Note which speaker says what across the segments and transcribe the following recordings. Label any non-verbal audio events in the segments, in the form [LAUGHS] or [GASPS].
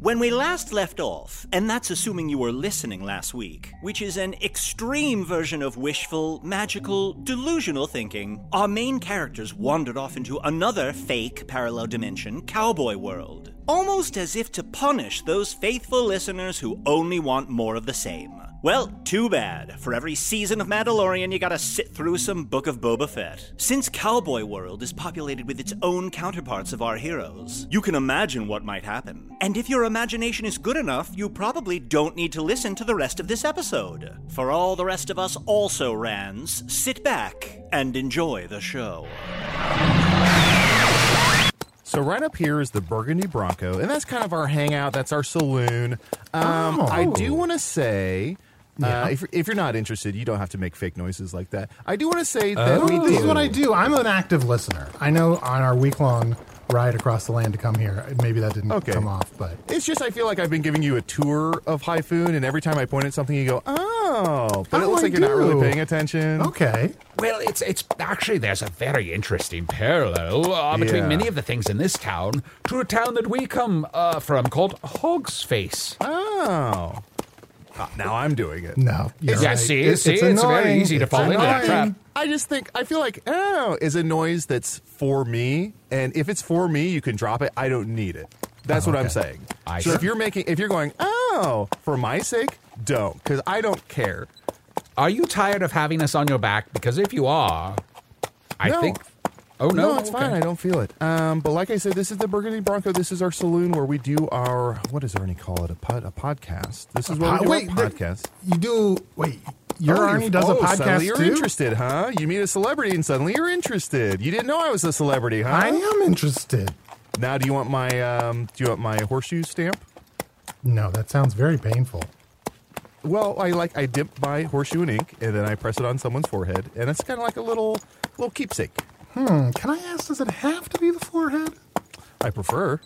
Speaker 1: When we last left off, and that's assuming you were listening last week, which is an extreme version of wishful, magical, delusional thinking, our main characters wandered off into another fake parallel dimension, Cowboy World. Almost as if to punish those faithful listeners who only want more of the same. Well, too bad. For every season of Mandalorian, you gotta sit through some Book of Boba Fett. Since Cowboy World is populated with its own counterparts of our heroes, you can imagine what might happen. And if your imagination is good enough, you probably don't need to listen to the rest of this episode. For all the rest of us also rans, sit back and enjoy the show.
Speaker 2: So right up here is the Burgundy Bronco, and that's kind of our hangout. That's our saloon. Um,
Speaker 3: Oh.
Speaker 2: I do want to say. Uh, if, if you're not interested, you don't have to make fake noises like that. I do want to say that we
Speaker 4: this is
Speaker 2: do-
Speaker 4: what I do. I'm an active listener. I know on our week long ride across the land to come here, maybe that didn't
Speaker 2: Okay.
Speaker 4: come off, but
Speaker 2: It's just I feel like I've been giving you a tour of Hyphoon, and every time I point at something, you go, "Oh," but it
Speaker 4: Oh,
Speaker 2: looks
Speaker 4: I
Speaker 2: like you're not really
Speaker 4: do.
Speaker 2: paying attention.
Speaker 4: okay.
Speaker 3: Well, it's it's actually there's a very interesting parallel uh, between
Speaker 2: Yeah.
Speaker 3: many of the things in this town to a town that we come uh, from called Hog's Face.
Speaker 2: Oh, Ah, now I'm doing it.
Speaker 4: No. you're
Speaker 3: Yeah,
Speaker 4: right.
Speaker 3: see,
Speaker 4: It-
Speaker 3: see, it's very
Speaker 4: annoying.
Speaker 3: easy to
Speaker 4: It's
Speaker 3: fall into that
Speaker 4: annoying.
Speaker 3: trap.
Speaker 2: I just think I feel like "oh" is a noise that's for me, and if it's for me, you can drop it. I don't need it. That's
Speaker 3: Oh,
Speaker 2: what I'm saying.
Speaker 3: I
Speaker 2: so
Speaker 3: see.
Speaker 2: if you're making, if you're going, oh, for my sake, don't, because I don't care.
Speaker 3: Are you tired of having us on your back? Because if you are, I
Speaker 2: No.
Speaker 3: think. Oh no,
Speaker 2: it's
Speaker 3: Okay.
Speaker 2: fine. I don't feel it. Um, but like I said, this is the Burgundy Bronco. This is our saloon where we do our what does Ernie call it? A pod, a podcast. This is where
Speaker 4: Uh,
Speaker 2: we do
Speaker 4: wait,
Speaker 2: our
Speaker 4: there-
Speaker 2: podcast.
Speaker 4: You do. Wait, your
Speaker 2: Oh,
Speaker 4: Arnie
Speaker 2: you're-
Speaker 4: does a
Speaker 2: oh,
Speaker 4: podcast
Speaker 2: Suddenly you're
Speaker 4: too?
Speaker 2: interested, huh? You meet a celebrity and suddenly you're interested. You didn't know I was a celebrity, huh?
Speaker 4: I am interested.
Speaker 2: Now, do you want my um, do you want my horseshoe stamp?
Speaker 4: No, that sounds very painful.
Speaker 2: Well, I like I dip my horseshoe in ink and then I press it on someone's forehead, and it's kind of like a little little keepsake.
Speaker 4: Hmm, Can I ask, does it have to be the forehead?
Speaker 2: I prefer.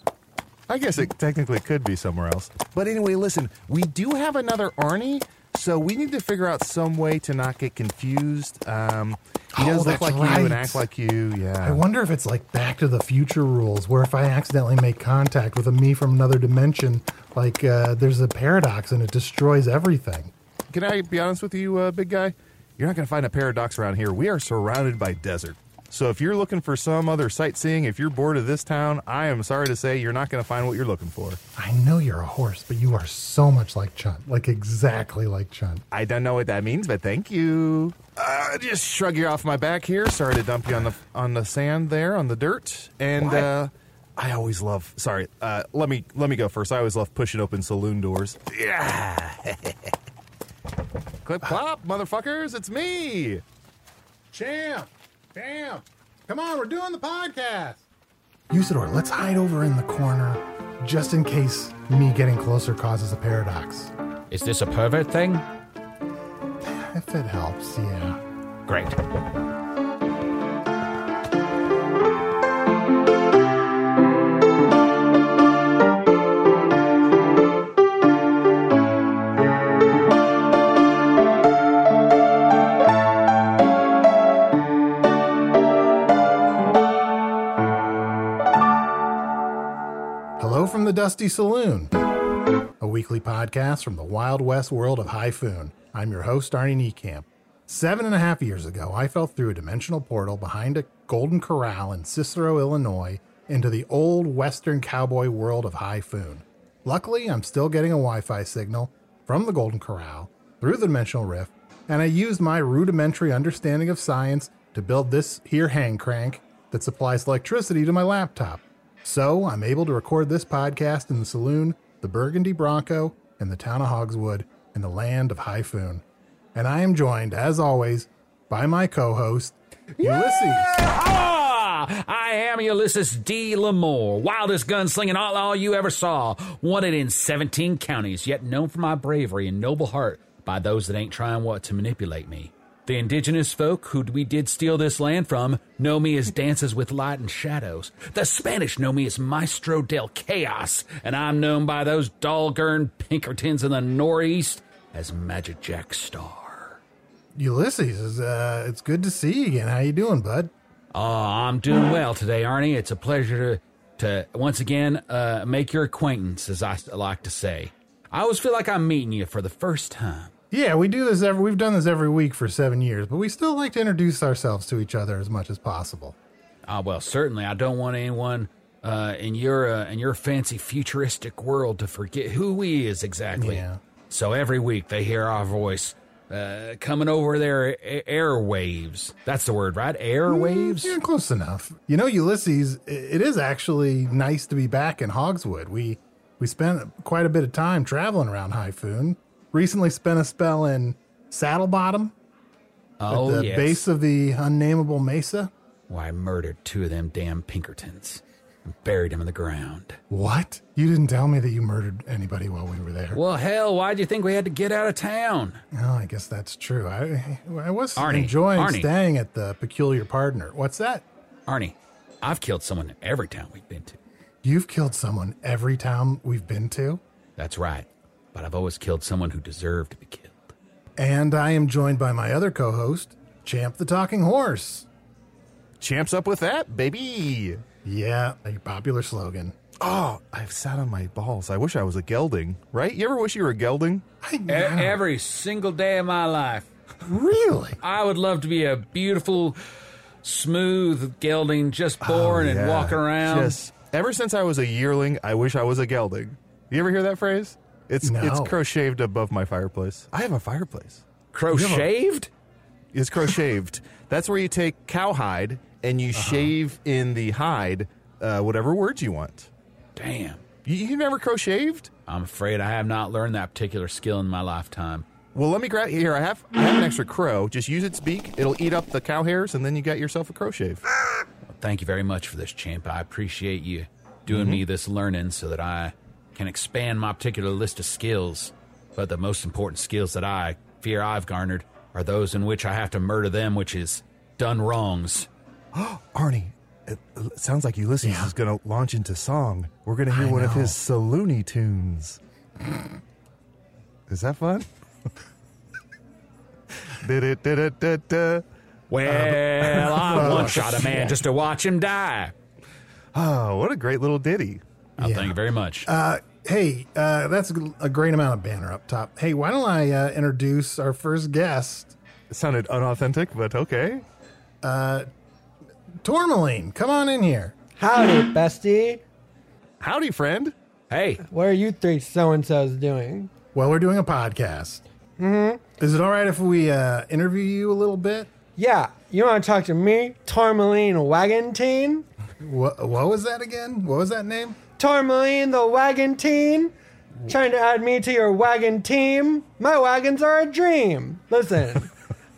Speaker 2: I guess it technically could be somewhere else. But anyway, listen, we do have another Arnie, so we need to figure out some way to not get confused. Um, he
Speaker 4: Oh,
Speaker 2: does look
Speaker 4: that's
Speaker 2: like you
Speaker 4: right.
Speaker 2: and act like you. Yeah.
Speaker 4: I wonder if it's like Back to the Future rules, where if I accidentally make contact with a me from another dimension, like uh, there's a paradox and it destroys everything.
Speaker 2: Can I be honest with you, uh, big guy? You're not going to find a paradox around here. We are surrounded by desert. So if you're looking for some other sightseeing, if you're bored of this town, I am sorry to say you're not going to find what you're looking for.
Speaker 4: I know you're a horse, but you are so much like Chunt, like exactly like
Speaker 2: [LAUGHS]
Speaker 4: Chunt.
Speaker 2: I don't know what that means, but thank you. Uh, just shrug you off my back here. Sorry to dump you on the on the sand there, on the dirt. And uh, I always love. Sorry, uh, let me let me go first. I always love pushing open saloon doors. Yeah.
Speaker 4: Uh,
Speaker 2: Clip clop, motherfuckers! It's me.
Speaker 4: Champ, champ, come on, we're doing the podcast. Usador, let's hide over in the corner, just in case me getting closer causes a paradox.
Speaker 3: Is this a pervert thing?
Speaker 4: If it helps, yeah.
Speaker 3: Great.
Speaker 4: Hello from the Dusty Saloon, a weekly podcast from the Wild West world of Hyphoon. I'm your host, Arnie Niekamp. Seven and a half years ago, I fell through a dimensional portal behind a golden corral in Cicero, Illinois, into the old Western cowboy world of Hyphoon. Luckily, I'm still getting a Wi Fi signal from the Golden Corral through the dimensional rift, and I used my rudimentary understanding of science to build this here hang crank that supplies electricity to my laptop. So I'm able to record this podcast in the saloon, the Burgundy Bronco, and the town of Hogswood, in the land of Hyphoon. And I am joined, as always, by my co host, Ulysses.
Speaker 3: Ah! I am Ulysses D. Lamore, wildest gunslinging outlaw you ever saw, wanted in 17 counties, yet known for my bravery and noble heart by those that ain't trying what to manipulate me. The indigenous folk who we did steal this land from know me as Dances with Light and Shadows. The Spanish know me as Maestro del Chaos, and I'm known by those doggone Pinkertons in the Northeast as Magic Jack Star.
Speaker 4: Ulysses, is, uh, it's good to see you again. How you doing, bud?
Speaker 3: Uh, I'm doing well today, Arnie. It's a pleasure to, to once again uh, make your acquaintance, as I s- like to say. I always feel like I'm meeting you for the first time.
Speaker 4: Yeah, we do this every. We've done this every week for seven years, but we still like to introduce ourselves to each other as much as possible.
Speaker 3: Ah, well, certainly, I don't want anyone uh, in your uh, in your fancy futuristic world to forget who we is exactly.
Speaker 4: Yeah.
Speaker 3: So every week they hear our voice uh, coming over their a- airwaves. That's the word, right? Airwaves.
Speaker 4: Mm, Yeah, close enough. You know, Ulysses, i- it is actually nice to be back in Hogswood. We we spent quite a bit of time traveling around Hyphoon. Recently spent a spell in Saddle Bottom
Speaker 3: oh
Speaker 4: at the
Speaker 3: yes.
Speaker 4: base of the unnamable mesa.
Speaker 3: Why I murdered two of them damn Pinkertons and buried them in the ground.
Speaker 4: What? You didn't tell me that you murdered anybody while we were there.
Speaker 3: Well, hell, why'd you think we had to get out of town?
Speaker 4: Oh, I guess that's true. I I was
Speaker 3: Arnie,
Speaker 4: enjoying
Speaker 3: Arnie.
Speaker 4: staying at the Peculiar Partner. What's that?
Speaker 3: Arnie, I've killed someone in every town we've been to.
Speaker 4: You've killed someone every town we've been to.
Speaker 3: That's right. But I've always killed someone who deserved to be killed.
Speaker 4: And I am joined by my other co host, Champ the Talking Horse.
Speaker 2: Champs up with that, baby.
Speaker 4: Yeah, a popular slogan.
Speaker 2: Oh, I've sat on my balls. I wish I was a gelding, right? You ever wish you were a gelding?
Speaker 4: I
Speaker 3: E- every single day of my life,
Speaker 4: really?
Speaker 3: I would love to be a beautiful, smooth gelding, just born and
Speaker 2: Oh, Yeah.
Speaker 3: walking around.
Speaker 2: Just- ever since I was a yearling, I wish I was a gelding. You ever hear that phrase? It's
Speaker 4: No.
Speaker 2: it's crocheted above my fireplace. I have a fireplace.
Speaker 3: Crocheted?
Speaker 2: It's crocheted. That's where you take cowhide and
Speaker 3: Uh-huh.
Speaker 2: you shave in the hide uh, whatever words you want.
Speaker 3: Damn.
Speaker 2: You, you never crocheted?
Speaker 3: I'm afraid I have not learned that particular skill in my lifetime.
Speaker 2: Well, let me grab here. I have I have an extra crow. Just use its beak. It'll eat up the cow hairs, and then you got yourself a crow shave.
Speaker 3: Thank you very much for this, champ. I appreciate you doing
Speaker 2: Mm-hmm.
Speaker 3: me this learning so that I can expand my particular list of skills. But the most important skills that I fear I've garnered are those in which I have to murder them, which is done wrongs.
Speaker 2: [GASPS] Arnie, it, it sounds like Ulysses is going to launch into song. We're going to hear one of his saloony tunes. is that fun? [LAUGHS] Da-da-da-da-da-da.
Speaker 3: [LAUGHS]
Speaker 2: Uh,
Speaker 3: Well, I [LAUGHS] one shot a man just to watch him die.
Speaker 2: oh, what a great little ditty.
Speaker 3: Oh, Thank you very much.
Speaker 4: Hey, uh, that's a- a great amount of banner up top. Hey, why don't I uh, introduce our first guest,
Speaker 2: It sounded unauthentic, but okay.
Speaker 4: Uh, Tourmaline? Come on in here.
Speaker 5: Howdy, bestie.
Speaker 2: Howdy, friend.
Speaker 3: hey,
Speaker 5: What are you three so and so's doing?
Speaker 4: Well, we're doing a podcast. Mm-hmm. Is it all right if we uh, interview you a little bit?
Speaker 5: Yeah, you want to talk to me, Tourmaline Wagantine?
Speaker 4: What, what was that again? What was that name?
Speaker 5: Tourmaline the Wagantine? Trying to add me to your wagon team? My wagons are a dream.
Speaker 4: [LAUGHS]
Speaker 5: Listen,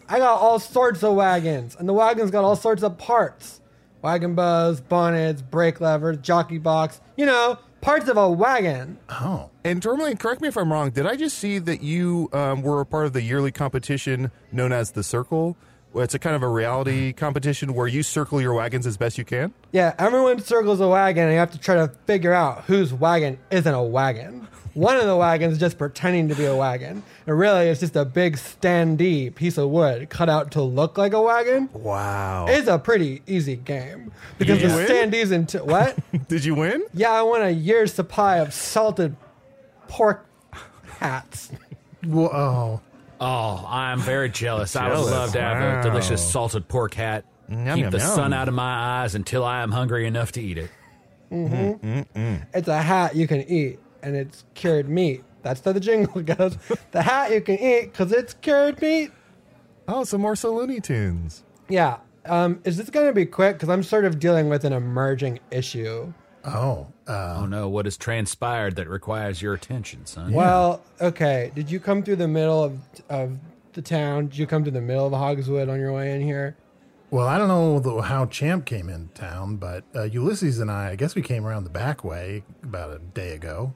Speaker 5: I got all sorts of wagons, and the wagons got all sorts of parts wagon bows, bonnets, brake levers, jockey box, you know, parts of a wagon.
Speaker 4: Oh,
Speaker 2: And Tourmaline, correct me if I'm wrong. Did I just see that you um, were a part of the yearly competition known as the Circle? Well, It's a kind of a
Speaker 3: Mm-hmm.
Speaker 2: reality competition where you circle your wagons as best you can.
Speaker 5: Yeah, everyone circles a wagon, and you have to try to figure out whose wagon isn't a wagon. One of the wagons is just pretending to be a wagon, and really it's just a big standee piece of wood cut out to look like a wagon.
Speaker 2: Wow!
Speaker 5: It's a pretty easy game because
Speaker 2: Did you
Speaker 5: the
Speaker 2: win?
Speaker 5: standees and t- what?
Speaker 2: [LAUGHS] Did you win?
Speaker 5: yeah, I want a year's supply of salted pork hats.
Speaker 4: whoa!
Speaker 3: Oh, I'm very jealous. I would
Speaker 2: Jealous.
Speaker 3: love to have
Speaker 2: Wow.
Speaker 3: a delicious salted pork hat.
Speaker 2: Yum,
Speaker 3: Keep
Speaker 2: yum,
Speaker 3: the
Speaker 2: yum.
Speaker 3: sun out of my eyes until I am hungry enough to eat it.
Speaker 2: Mm-hmm.
Speaker 5: It's a hat you can eat, and it's cured meat. That's how the jingle [LAUGHS] goes. The hat you can eat because it's cured meat.
Speaker 2: Oh, some more so Looney Tunes.
Speaker 5: Yeah. Um, is this going to be quick? Because I'm sort of dealing with an emerging issue.
Speaker 4: Oh, uh,
Speaker 3: Oh no, what has transpired that requires your attention, son?
Speaker 5: Well, okay. Did you come through the middle of, of the town? Did you come through the middle of Hogswood on your way in here?
Speaker 4: well, I don't know the, how Champ came in town, but uh, Ulysses and I, I guess we came around the back way about a day ago.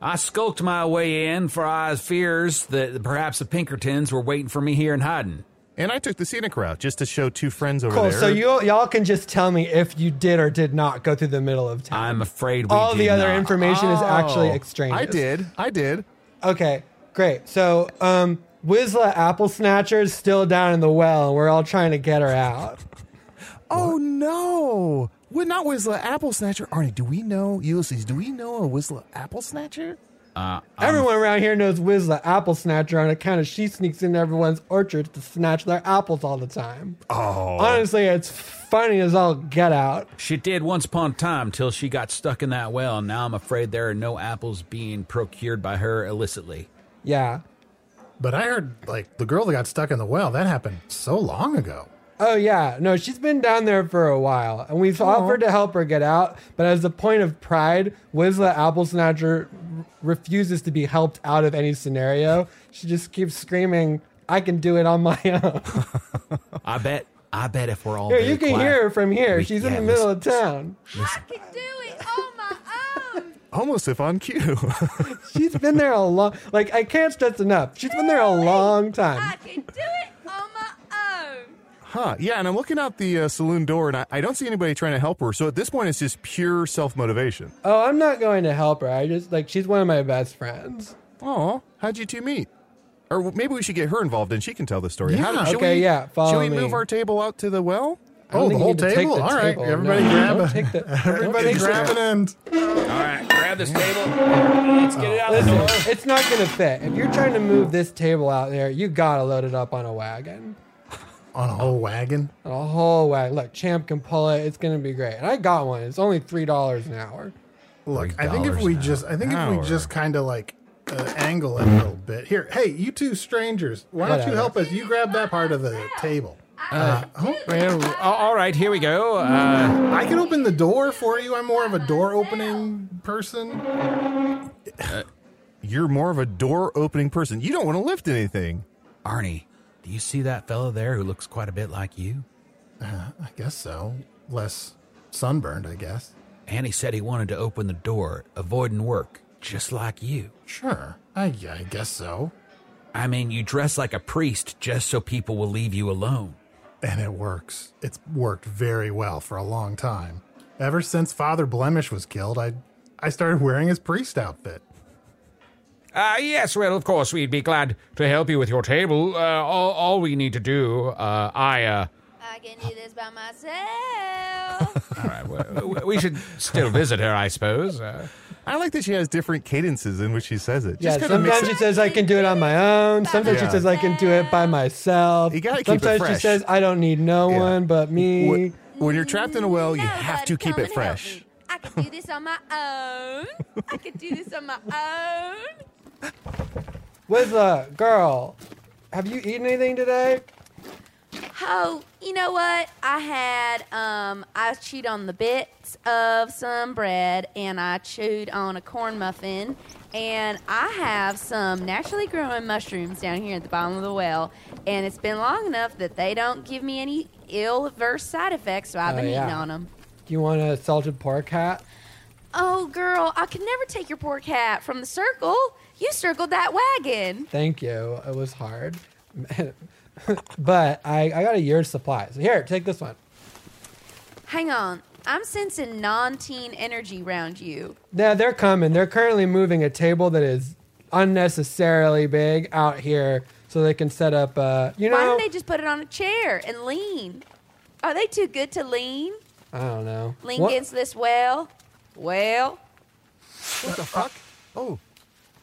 Speaker 3: I skulked my way in, for I had fears that perhaps the Pinkertons were waiting for me here in hiding.
Speaker 2: And I took the scenic route just to show two friends over
Speaker 5: Cool.
Speaker 2: there.
Speaker 5: So you y'all can just tell me if you did or did not go through the middle of town.
Speaker 3: I'm afraid we
Speaker 5: All the
Speaker 3: did
Speaker 5: other
Speaker 3: not.
Speaker 5: information is actually
Speaker 2: Oh,
Speaker 5: extraneous.
Speaker 2: I did. I did.
Speaker 5: Okay, great. So, um, Wizla Apple Snatcher is still down in the well, and we're all trying to get her
Speaker 2: [LAUGHS]
Speaker 5: out.
Speaker 2: Oh no! We're not Whistler Apple Snatcher, Arnie. Oh, Do we know Ulysses? Do we know a Whistler Apple Snatcher?
Speaker 3: Uh, Um,
Speaker 5: Everyone around here knows Wizla Apple Snatcher on account of she sneaks into everyone's orchards to snatch their apples all the time. Oh. Honestly, it's funny as all get out.
Speaker 3: She did once upon a time till she got stuck in that well, and now I'm afraid there are no apples being procured by her illicitly.
Speaker 5: Yeah.
Speaker 4: But I heard like the girl that got stuck in the well that happened so long ago.
Speaker 5: Oh, yeah. No, she's been down there for a while, and we've offered to help her get out, but as a point of pride, Wizla Apple Snatcher r- refuses to be helped out of any scenario. She just keeps screaming, I can do it on my [LAUGHS] own.
Speaker 3: I bet. I bet if we're all
Speaker 5: Here,
Speaker 3: very
Speaker 5: you can
Speaker 3: quiet-
Speaker 5: hear her from here.
Speaker 3: We-
Speaker 5: She's in
Speaker 3: yeah,
Speaker 5: the middle
Speaker 3: listen-
Speaker 5: of town.
Speaker 6: I can do it on my own.
Speaker 2: Almost if on cue. [LAUGHS]
Speaker 5: She's been there a long like I can't stress enough. She's been there a long
Speaker 6: I
Speaker 5: time.
Speaker 6: can do it on my own.
Speaker 2: huh? Yeah. And I'm looking out the uh, saloon door, and I, I don't see anybody trying to help her. So at this point, it's just pure self motivation.
Speaker 5: Oh, I'm not going to help her. I just like she's one of my best friends.
Speaker 2: Oh, how'd you two meet? Or w- maybe we should get her involved, and she can tell the story.
Speaker 4: Yeah.
Speaker 2: How did- should
Speaker 5: Okay,
Speaker 2: we-
Speaker 5: yeah, follow
Speaker 2: Should we
Speaker 5: me.
Speaker 2: move our table out to the well?
Speaker 5: I don't
Speaker 4: Oh, the
Speaker 5: think you
Speaker 4: whole
Speaker 5: need to take
Speaker 4: table?
Speaker 5: the
Speaker 4: All right,
Speaker 5: table.
Speaker 4: everybody
Speaker 5: No,
Speaker 4: grab
Speaker 5: don't
Speaker 4: a- [LAUGHS]
Speaker 5: take the-
Speaker 4: Everybody grab an
Speaker 2: [LAUGHS]
Speaker 4: end.
Speaker 3: All right, grab this table.
Speaker 4: Uh,
Speaker 3: Let's get it out of the door.
Speaker 5: Listen, it's not gonna fit. If you're trying to move this table out there, you gotta load it up on a wagon.
Speaker 4: on a whole wagon.
Speaker 5: A whole wagon. Look, Champ can pull it. It's gonna be great. And I got one. It's only three dollars an hour.
Speaker 4: Look, I think if we just, I think if
Speaker 2: Hour.
Speaker 4: we just kind of like uh, angle it a little bit. Here, hey, you two strangers, why don't you
Speaker 5: Whatever.
Speaker 4: help us? You grab that part of the table.
Speaker 3: Well, a- all right, here Uh, oh, we go. Uh,
Speaker 4: I can open the door for you. I'm more of a door opening person. Uh,
Speaker 2: Uh, You're more of a door opening person. You don't want to lift anything.
Speaker 3: Arnie, do you see that fellow there who looks quite a bit like you?
Speaker 4: I guess so. Less sunburned, I guess.
Speaker 3: And he said he wanted to open the door, avoiding work, just like you.
Speaker 4: Sure. I, yeah, I guess so.
Speaker 3: I mean, you dress like a priest just so people will leave you alone.
Speaker 4: And it works. It's worked very well for a long time. Ever since Father Blemish was killed, I I started wearing his priest outfit.
Speaker 3: Uh, yes, well, of course, we'd be glad to help you with your table. Uh, all, all we need to do, uh, I, uh,
Speaker 6: I can do this by myself.
Speaker 3: [LAUGHS] all right, we, we should still visit her, I suppose. Uh,
Speaker 2: I like that she has different cadences in which she says it.
Speaker 5: Yeah,
Speaker 2: Just kinda mix
Speaker 5: sometimes she
Speaker 2: it-
Speaker 5: says I can do it on my own. Sometimes
Speaker 2: Yeah.
Speaker 5: she says I can do it by myself.
Speaker 2: You gotta keep it
Speaker 5: sometimes
Speaker 2: fresh.
Speaker 5: she says I don't need no
Speaker 2: Yeah.
Speaker 5: one but me.
Speaker 2: Wh- when you're trapped in a well, you have to
Speaker 6: Nobody
Speaker 2: keep
Speaker 6: come
Speaker 2: it
Speaker 6: and help
Speaker 2: fresh.
Speaker 6: me. I can do this on my own. I can do this on my own.
Speaker 5: Wizla, girl, have you eaten anything today?
Speaker 6: Oh, you know what? I had um I chewed on the bits of some bread and I chewed on a corn muffin and I have some naturally growing mushrooms down here at the bottom of the well and it's been long enough that they don't give me any ill adverse side effects so I've
Speaker 5: Oh,
Speaker 6: been
Speaker 5: yeah.
Speaker 6: eating on them.
Speaker 5: Do you want a salted pork hat?
Speaker 6: Oh, girl, I could never take your poor cat from the circle. You circled that wagon.
Speaker 5: Thank you. It was hard. [LAUGHS] but I, I got a year's supply. So here, take this one.
Speaker 6: Hang on. I'm sensing non teen energy around you.
Speaker 5: Yeah, they're coming. They're currently moving a table that is unnecessarily big out here so they can set up uh you know
Speaker 6: Why don't they just put it on a chair and lean? Are they too good to lean?
Speaker 5: I don't know.
Speaker 6: Lean
Speaker 5: What-
Speaker 6: against this well? Well,
Speaker 2: What the fuck? Oh,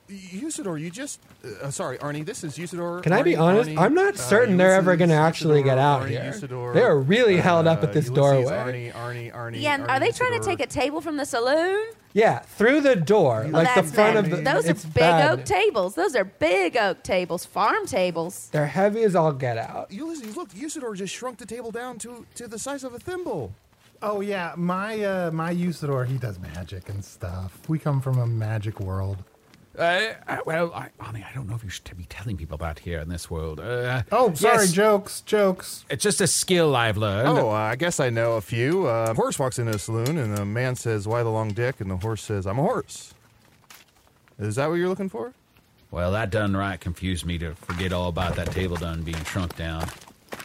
Speaker 2: Usador, you just. Uh, sorry, Arnie. This is Usador.
Speaker 5: Can I be
Speaker 2: Arnie,
Speaker 5: honest?
Speaker 2: Arnie,
Speaker 5: I'm not
Speaker 2: uh,
Speaker 5: certain they're ever
Speaker 2: Ulysses,
Speaker 5: going to actually get
Speaker 2: Usador,
Speaker 5: out
Speaker 2: Arnie,
Speaker 5: here.
Speaker 2: Usador,
Speaker 5: they are really
Speaker 2: uh,
Speaker 5: held up at this
Speaker 2: Ulysses,
Speaker 5: doorway.
Speaker 2: Arnie, Arnie, Arnie.
Speaker 6: yeah, and
Speaker 2: Arnie,
Speaker 6: are they trying to take a
Speaker 2: Usador.
Speaker 6: table from the saloon?
Speaker 5: Yeah, through the door,
Speaker 2: Oh,
Speaker 6: Well,
Speaker 5: like the
Speaker 6: that's
Speaker 5: front
Speaker 6: bad.
Speaker 5: of the.
Speaker 6: Those
Speaker 5: it's
Speaker 6: are big
Speaker 5: bad.
Speaker 6: oak tables. Those are big oak tables, farm tables.
Speaker 5: They're heavy as all get out.
Speaker 2: Ulysses, look, Usador just shrunk the table down to to the size of a thimble.
Speaker 4: Oh yeah, my uh, my Usador, he does magic and stuff. We come from a magic world.
Speaker 3: Uh, uh, well, I, Arnie, I don't know if you should be telling people about here in this world. Uh,
Speaker 4: Oh,
Speaker 3: yes,
Speaker 4: sorry, jokes, jokes.
Speaker 3: It's just a skill I've learned.
Speaker 2: Oh, uh, I guess I know a few. Uh, horse walks into a saloon, and the man says, "Why the long dick?" And the horse says, "I'm a horse." Is that what you're looking for?
Speaker 3: Well, that done right confused me to forget all about that table done being shrunk down.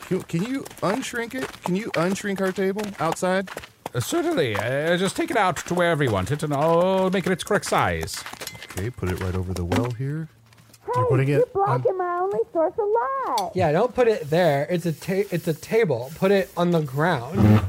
Speaker 2: Can, can you unshrink it? Can you unshrink our table outside?
Speaker 3: Uh, certainly. Uh, just take it out to wherever you want it, and I'll make it its correct size.
Speaker 2: Okay, put it right over the well here.
Speaker 4: You're putting it on,
Speaker 6: my only source of light.
Speaker 5: Yeah, don't put it there. It's a ta- it's a table. Put it on the ground.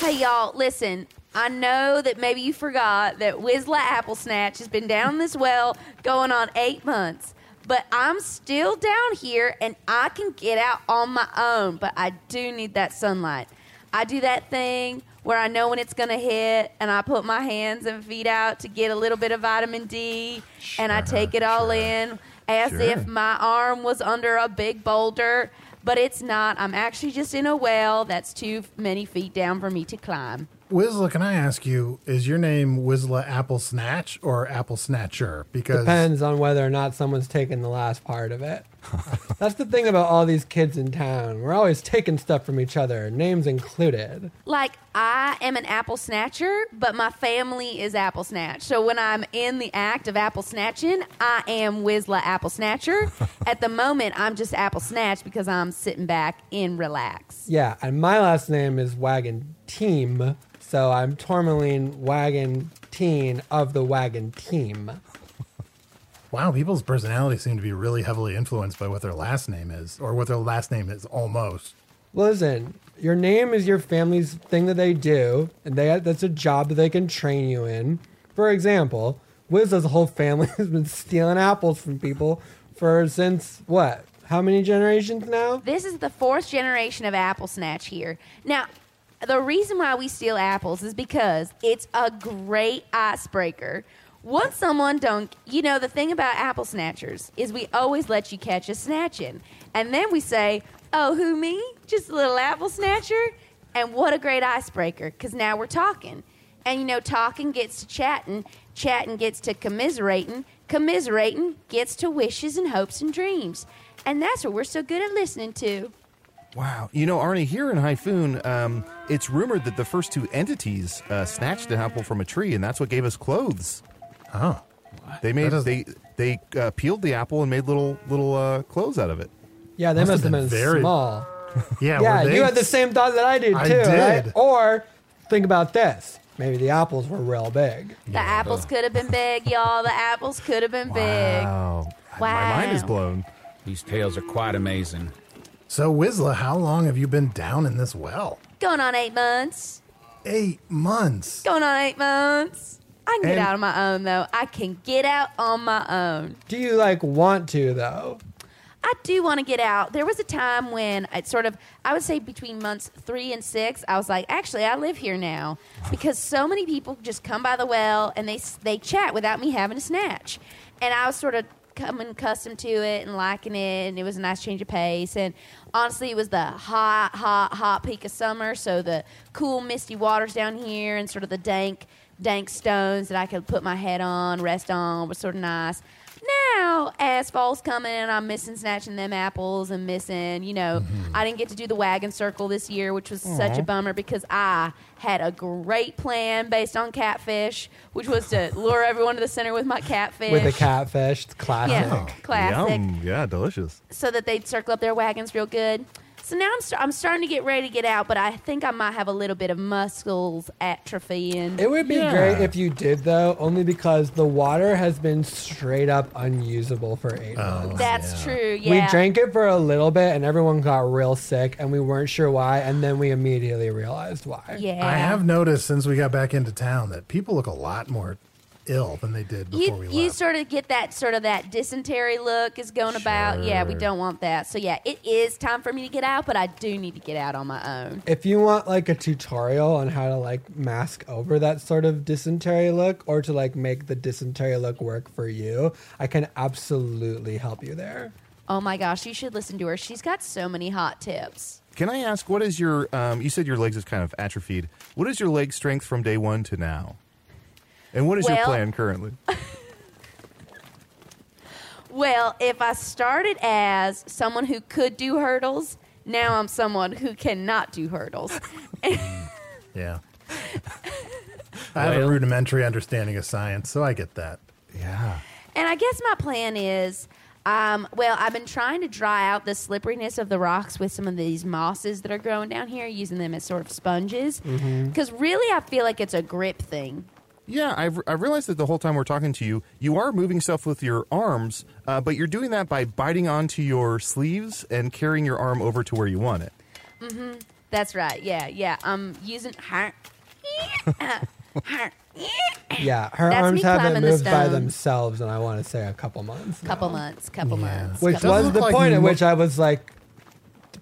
Speaker 6: Hey, y'all, listen. I know that maybe you forgot that Whistler Apple Snatch has been down this well going on eight months, but I'm still down here and I can get out on my own, but I do need that sunlight. I do that thing where I know when it's going to hit and I put my hands and feet out to get a little bit of vitamin D and I take it all in as
Speaker 2: Sure.
Speaker 6: if my arm was under a big boulder, but it's not. I'm actually just in a well that's too many feet down for me to climb.
Speaker 4: Wizla, can I ask you, is your name Wizla Apple Snatch or Apple Snatcher? Because
Speaker 5: Depends on whether or not someone's taking the last part of it. That's the thing about all these kids in town. We're always taking stuff from each other, names included.
Speaker 6: Like, I am an apple snatcher, but my family is apple snatch. So when I'm in the act of apple snatching, I am Whistler apple snatcher. At the moment, I'm just apple snatch because I'm sitting back and relax.
Speaker 5: Yeah, and my last name is Wagon Team, so I'm Tourmaline Wagon Teen of the Wagon Team.
Speaker 4: wow, people's personalities seem to be really heavily influenced by what their last name is, or what their last name is almost.
Speaker 5: Listen, your name is your family's thing that they do, and they that's a job that they can train you in. For example, Wiz's whole family [LAUGHS] has been stealing apples from people for since what? How many generations now?
Speaker 6: This is the fourth generation of apple snatch here. Now, the reason why we steal apples is because it's a great icebreaker. Once someone don't, you know, the thing about apple snatchers is we always let you catch a snatching, and then we say, "Oh, who me? Just a little apple snatcher." And what a great icebreaker, because now we're talking. And you know, talking gets to chatting, chatting gets to commiserating, commiserating gets to wishes and hopes and dreams. And that's what we're so good at listening to.
Speaker 2: Wow. You know, Arnie, here in Hyphoon, um, it's rumored that the first two entities uh, snatched an apple from a tree, and that's what gave us clothes.
Speaker 4: Oh,
Speaker 2: They made
Speaker 4: That
Speaker 2: they they uh, peeled the apple and made little little uh, clothes out of it.
Speaker 5: Yeah, they
Speaker 4: Must
Speaker 5: must, have
Speaker 4: have
Speaker 5: been,
Speaker 4: been very-
Speaker 5: small.
Speaker 4: [LAUGHS] yeah.
Speaker 5: Yeah,
Speaker 4: were they-
Speaker 5: you had the same thought that I did too.
Speaker 4: I
Speaker 5: right?
Speaker 4: did.
Speaker 5: Or think about this. Maybe the apples were real big.
Speaker 6: The apples could have been big, y'all. The apples could have been
Speaker 2: Wow. My mind is
Speaker 6: Wow.
Speaker 2: blown.
Speaker 3: These tales are quite amazing.
Speaker 4: So, Wizla, how long have you been down in this well?
Speaker 6: big. Going on eight months.
Speaker 4: Eight months.
Speaker 6: Going on eight months. I can get
Speaker 2: And-
Speaker 6: out on my own, though. I can get out on my own.
Speaker 5: Do you like want to though?
Speaker 6: I do want to get out. There was a time when it sort of, I would say between months three and six, I was like, actually, I live here now because so many people just come by the well and they s- they chat without me having to snatch, and I was sort of coming accustomed to it and liking it, and it was a nice change of pace. And honestly, it was the hot, hot, hot peak of summer, so the cool, misty waters down here and sort of the dank, dank stones that I could put my head on, rest on was sort of nice. Now, as fall's coming and I'm missing snatching them apples and missing, you know,
Speaker 5: Mm-hmm.
Speaker 6: I didn't get to do the wagon circle this year, which was such a bummer because I had a great plan based on catfish, which was to lure everyone to the center with my catfish.
Speaker 5: with a catfish. It's classic.
Speaker 6: Yeah, classic
Speaker 2: Yum. Yeah, delicious.
Speaker 6: so that they'd circle up their wagons real good. So now I'm, st- I'm starting to get ready to get out, but I think I might have a little bit of muscles atrophy in.
Speaker 5: It would be great if you did though, only because the water has been straight up unusable for eight
Speaker 6: Oh.
Speaker 5: months.
Speaker 6: That's true.
Speaker 5: Oh, We
Speaker 6: Yeah.
Speaker 5: drank it for a little bit and everyone got real sick and we weren't sure why and then we immediately realized why.
Speaker 6: Yeah.
Speaker 4: I have noticed since we got back into town that people look a lot more ill than they did before
Speaker 6: You,
Speaker 4: we
Speaker 6: you
Speaker 4: left.
Speaker 6: sort of get that sort of that dysentery look is going about. Yeah, we don't want that. So yeah, it is time for me to get out, but I do need to get out on my own.
Speaker 5: If you want like a tutorial on how to like mask over that sort of dysentery look or to like make the dysentery look work for you, I can absolutely help you there.
Speaker 6: Oh my gosh, you should listen to her. She's got so many hot tips.
Speaker 2: Can I ask what is your? Um, you said your legs is kind of atrophied. What is your leg strength from day one to now? And what is your
Speaker 6: Well-
Speaker 2: plan currently?
Speaker 6: Well, if I started as someone who could do hurdles, now I'm someone who cannot
Speaker 4: [LAUGHS]
Speaker 6: do hurdles.
Speaker 4: Yeah. I have a rudimentary understanding of science, so I get that.
Speaker 2: Yeah.
Speaker 6: And I guess my plan is, um, well, I've been trying to dry out the slipperiness of the rocks with some of these mosses that are growing down here, using them as sort of sponges.
Speaker 5: Mm-hmm.
Speaker 6: Because really, I feel like it's a grip thing.
Speaker 2: Yeah, I've, I realized that the whole time we're talking to you, you are moving stuff with your arms, uh, but you're doing that by biting onto your sleeves and carrying your arm over to where you want it.
Speaker 6: Mm-hmm. That's right. Yeah, yeah. I'm using her. [LAUGHS]
Speaker 5: Yeah, her
Speaker 6: That's
Speaker 5: arms
Speaker 6: me
Speaker 5: haven't
Speaker 6: climbing the
Speaker 5: moved by
Speaker 6: stone.
Speaker 5: themselves in I want to say a couple months.
Speaker 6: [LAUGHS]
Speaker 5: now.
Speaker 6: Couple months, couple months.
Speaker 5: Which
Speaker 6: couple
Speaker 5: was
Speaker 4: look
Speaker 5: the
Speaker 4: like
Speaker 5: point at
Speaker 4: mo-
Speaker 5: which I was like,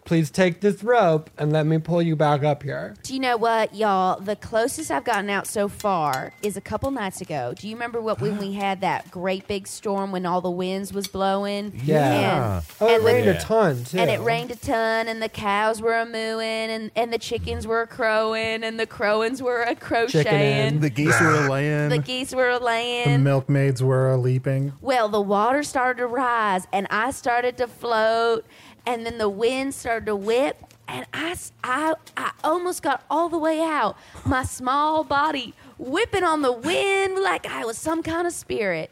Speaker 5: please take this rope and let me pull you back up here.
Speaker 6: Do you know what, y'all? The closest I've gotten out so far is a couple nights ago. Do you remember what
Speaker 5: [GASPS]
Speaker 6: when we had that great big storm when all the winds was blowing?
Speaker 5: Yeah.
Speaker 6: And,
Speaker 5: Oh, it
Speaker 6: and the-
Speaker 5: rained a ton too.
Speaker 6: and it rained a ton, and the cows were a mooing, and, and the chickens were a crowing, and the crowins were a crocheting.
Speaker 5: Chickening.
Speaker 2: The geese are
Speaker 6: The
Speaker 2: laying.
Speaker 6: geese were a
Speaker 4: The
Speaker 6: laying.
Speaker 4: milkmaids were a leaping.
Speaker 6: well, the water started to rise, and I started to float, and then the wind started to whip, and I, s- I- I almost got all the way out. My small body whipping on the wind like I was some kind of spirit.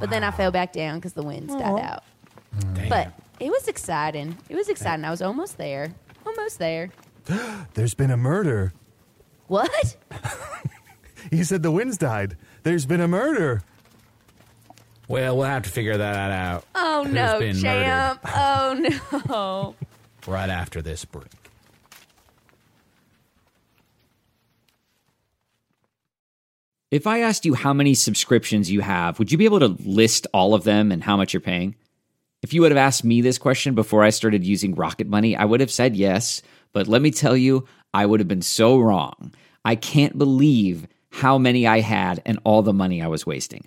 Speaker 6: But then I fell back down because the winds died out. But it was exciting. It was exciting. I was almost there. Almost there.
Speaker 2: [GASPS] There's been a murder.
Speaker 6: What?
Speaker 2: He said the winds died. There's been a murder.
Speaker 7: Well, we'll have to figure that out.
Speaker 6: Oh
Speaker 7: Who's
Speaker 6: no,
Speaker 7: been
Speaker 6: champ. Oh no. [LAUGHS]
Speaker 7: murdered Right after this break.
Speaker 8: If I asked you how many subscriptions you have, would you be able to list all of them and how much you're paying? If you would have asked me this question before I started using Rocket Money, I would have said yes. But let me tell you, I would have been so wrong. I can't believe how many I had and all the money I was wasting.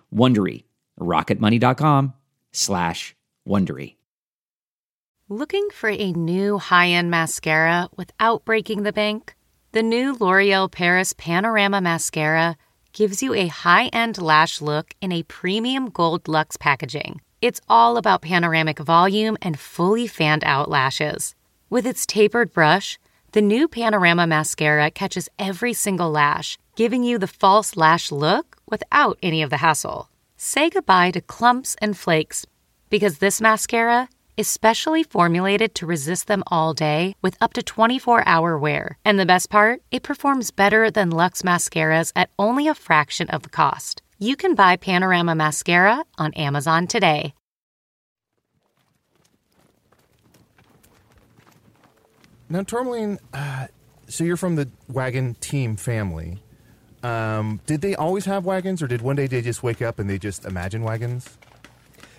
Speaker 8: Wondery. rocketmoney.com slash Wondery.
Speaker 9: Looking for a new high end mascara without breaking the bank? The new L'Oreal Paris Panorama Mascara gives you a high end lash look in a premium gold luxe packaging. It's all about panoramic volume and fully fanned out lashes. With its tapered brush, the new Panorama Mascara catches every single lash, giving you the false lash look without any of the hassle. Say goodbye to clumps and flakes because this mascara is specially formulated to resist them all day with up to 24 hour wear. And the best part, it performs better than Luxe mascaras at only a fraction of the cost. You can buy Panorama Mascara on Amazon today.
Speaker 2: Now, Tourmaline, uh, so you're from the wagon team family. Um, did they always have wagons, or did one day they just wake up and they just imagine wagons?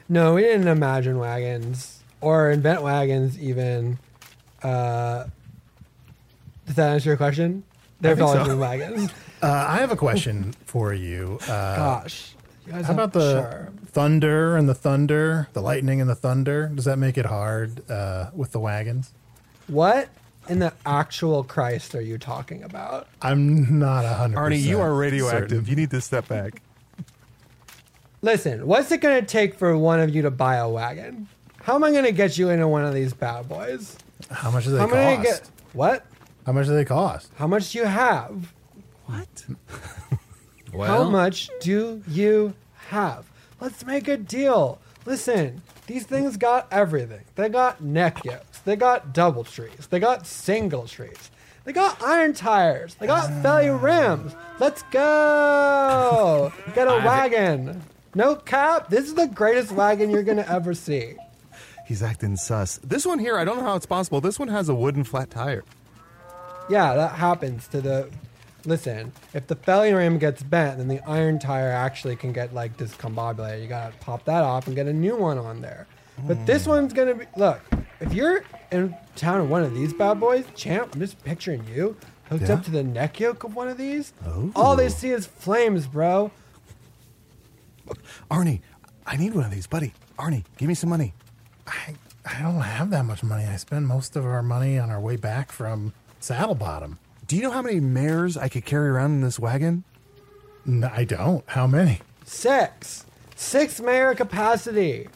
Speaker 5: No, we didn't imagine wagons or invent wagons even. Uh, does that answer your question? There's
Speaker 4: think
Speaker 5: always
Speaker 4: so.
Speaker 5: been wagons.
Speaker 4: [LAUGHS] Uh, I have a question for you. Uh,
Speaker 5: Gosh. You guys
Speaker 4: How about
Speaker 5: aren't
Speaker 4: the
Speaker 5: sharp.
Speaker 4: thunder and the thunder, the lightning and the thunder? Does that make it hard uh, with the wagons?
Speaker 5: What in the actual Christ are you talking about?
Speaker 4: I'm not 100%.
Speaker 2: Arnie, you are radioactive.
Speaker 4: certain.
Speaker 2: You need to step back.
Speaker 5: Listen, what's it going to take for one of you to buy a wagon? How am I going to get you into one of these bad boys?
Speaker 4: How much do they
Speaker 5: How am I
Speaker 4: cost?
Speaker 5: gonna get what?
Speaker 4: How much do they cost?
Speaker 5: How much do you have?
Speaker 7: Well,
Speaker 5: How much do you have? Let's make a deal. Listen, these things got everything. They got neck yokes. They got double trees. They got single trees. They got iron tires. They got failure rims. Let's go. Get a wagon. No cap. This is the greatest wagon you're going to ever see.
Speaker 2: He's acting sus. This one here, I don't know how it's possible. This one has a wooden flat tire.
Speaker 5: Yeah, that happens to the. Listen, if the failure rim gets bent, then the iron tire actually can get like discombobulated. You gotta pop that off and get a new one on there. But this
Speaker 4: Hmm.
Speaker 5: one's gonna be. Look, if you're in town of one of these bad boys, champ, I'm just picturing you hooked
Speaker 4: Yeah.
Speaker 5: up to the neck yoke of one of these.
Speaker 2: Oh.
Speaker 5: All
Speaker 4: Ooh.
Speaker 5: they see is flames, bro.
Speaker 2: Arnie, I need one of these, buddy. Arnie, give me some money.
Speaker 4: I, I don't have that much money. I spend most of our money on our way back from Saddle Bottom.
Speaker 2: Do you know how many mares I could carry around in this wagon?
Speaker 4: No, I don't. How many?
Speaker 5: Six. Six mayor capacity.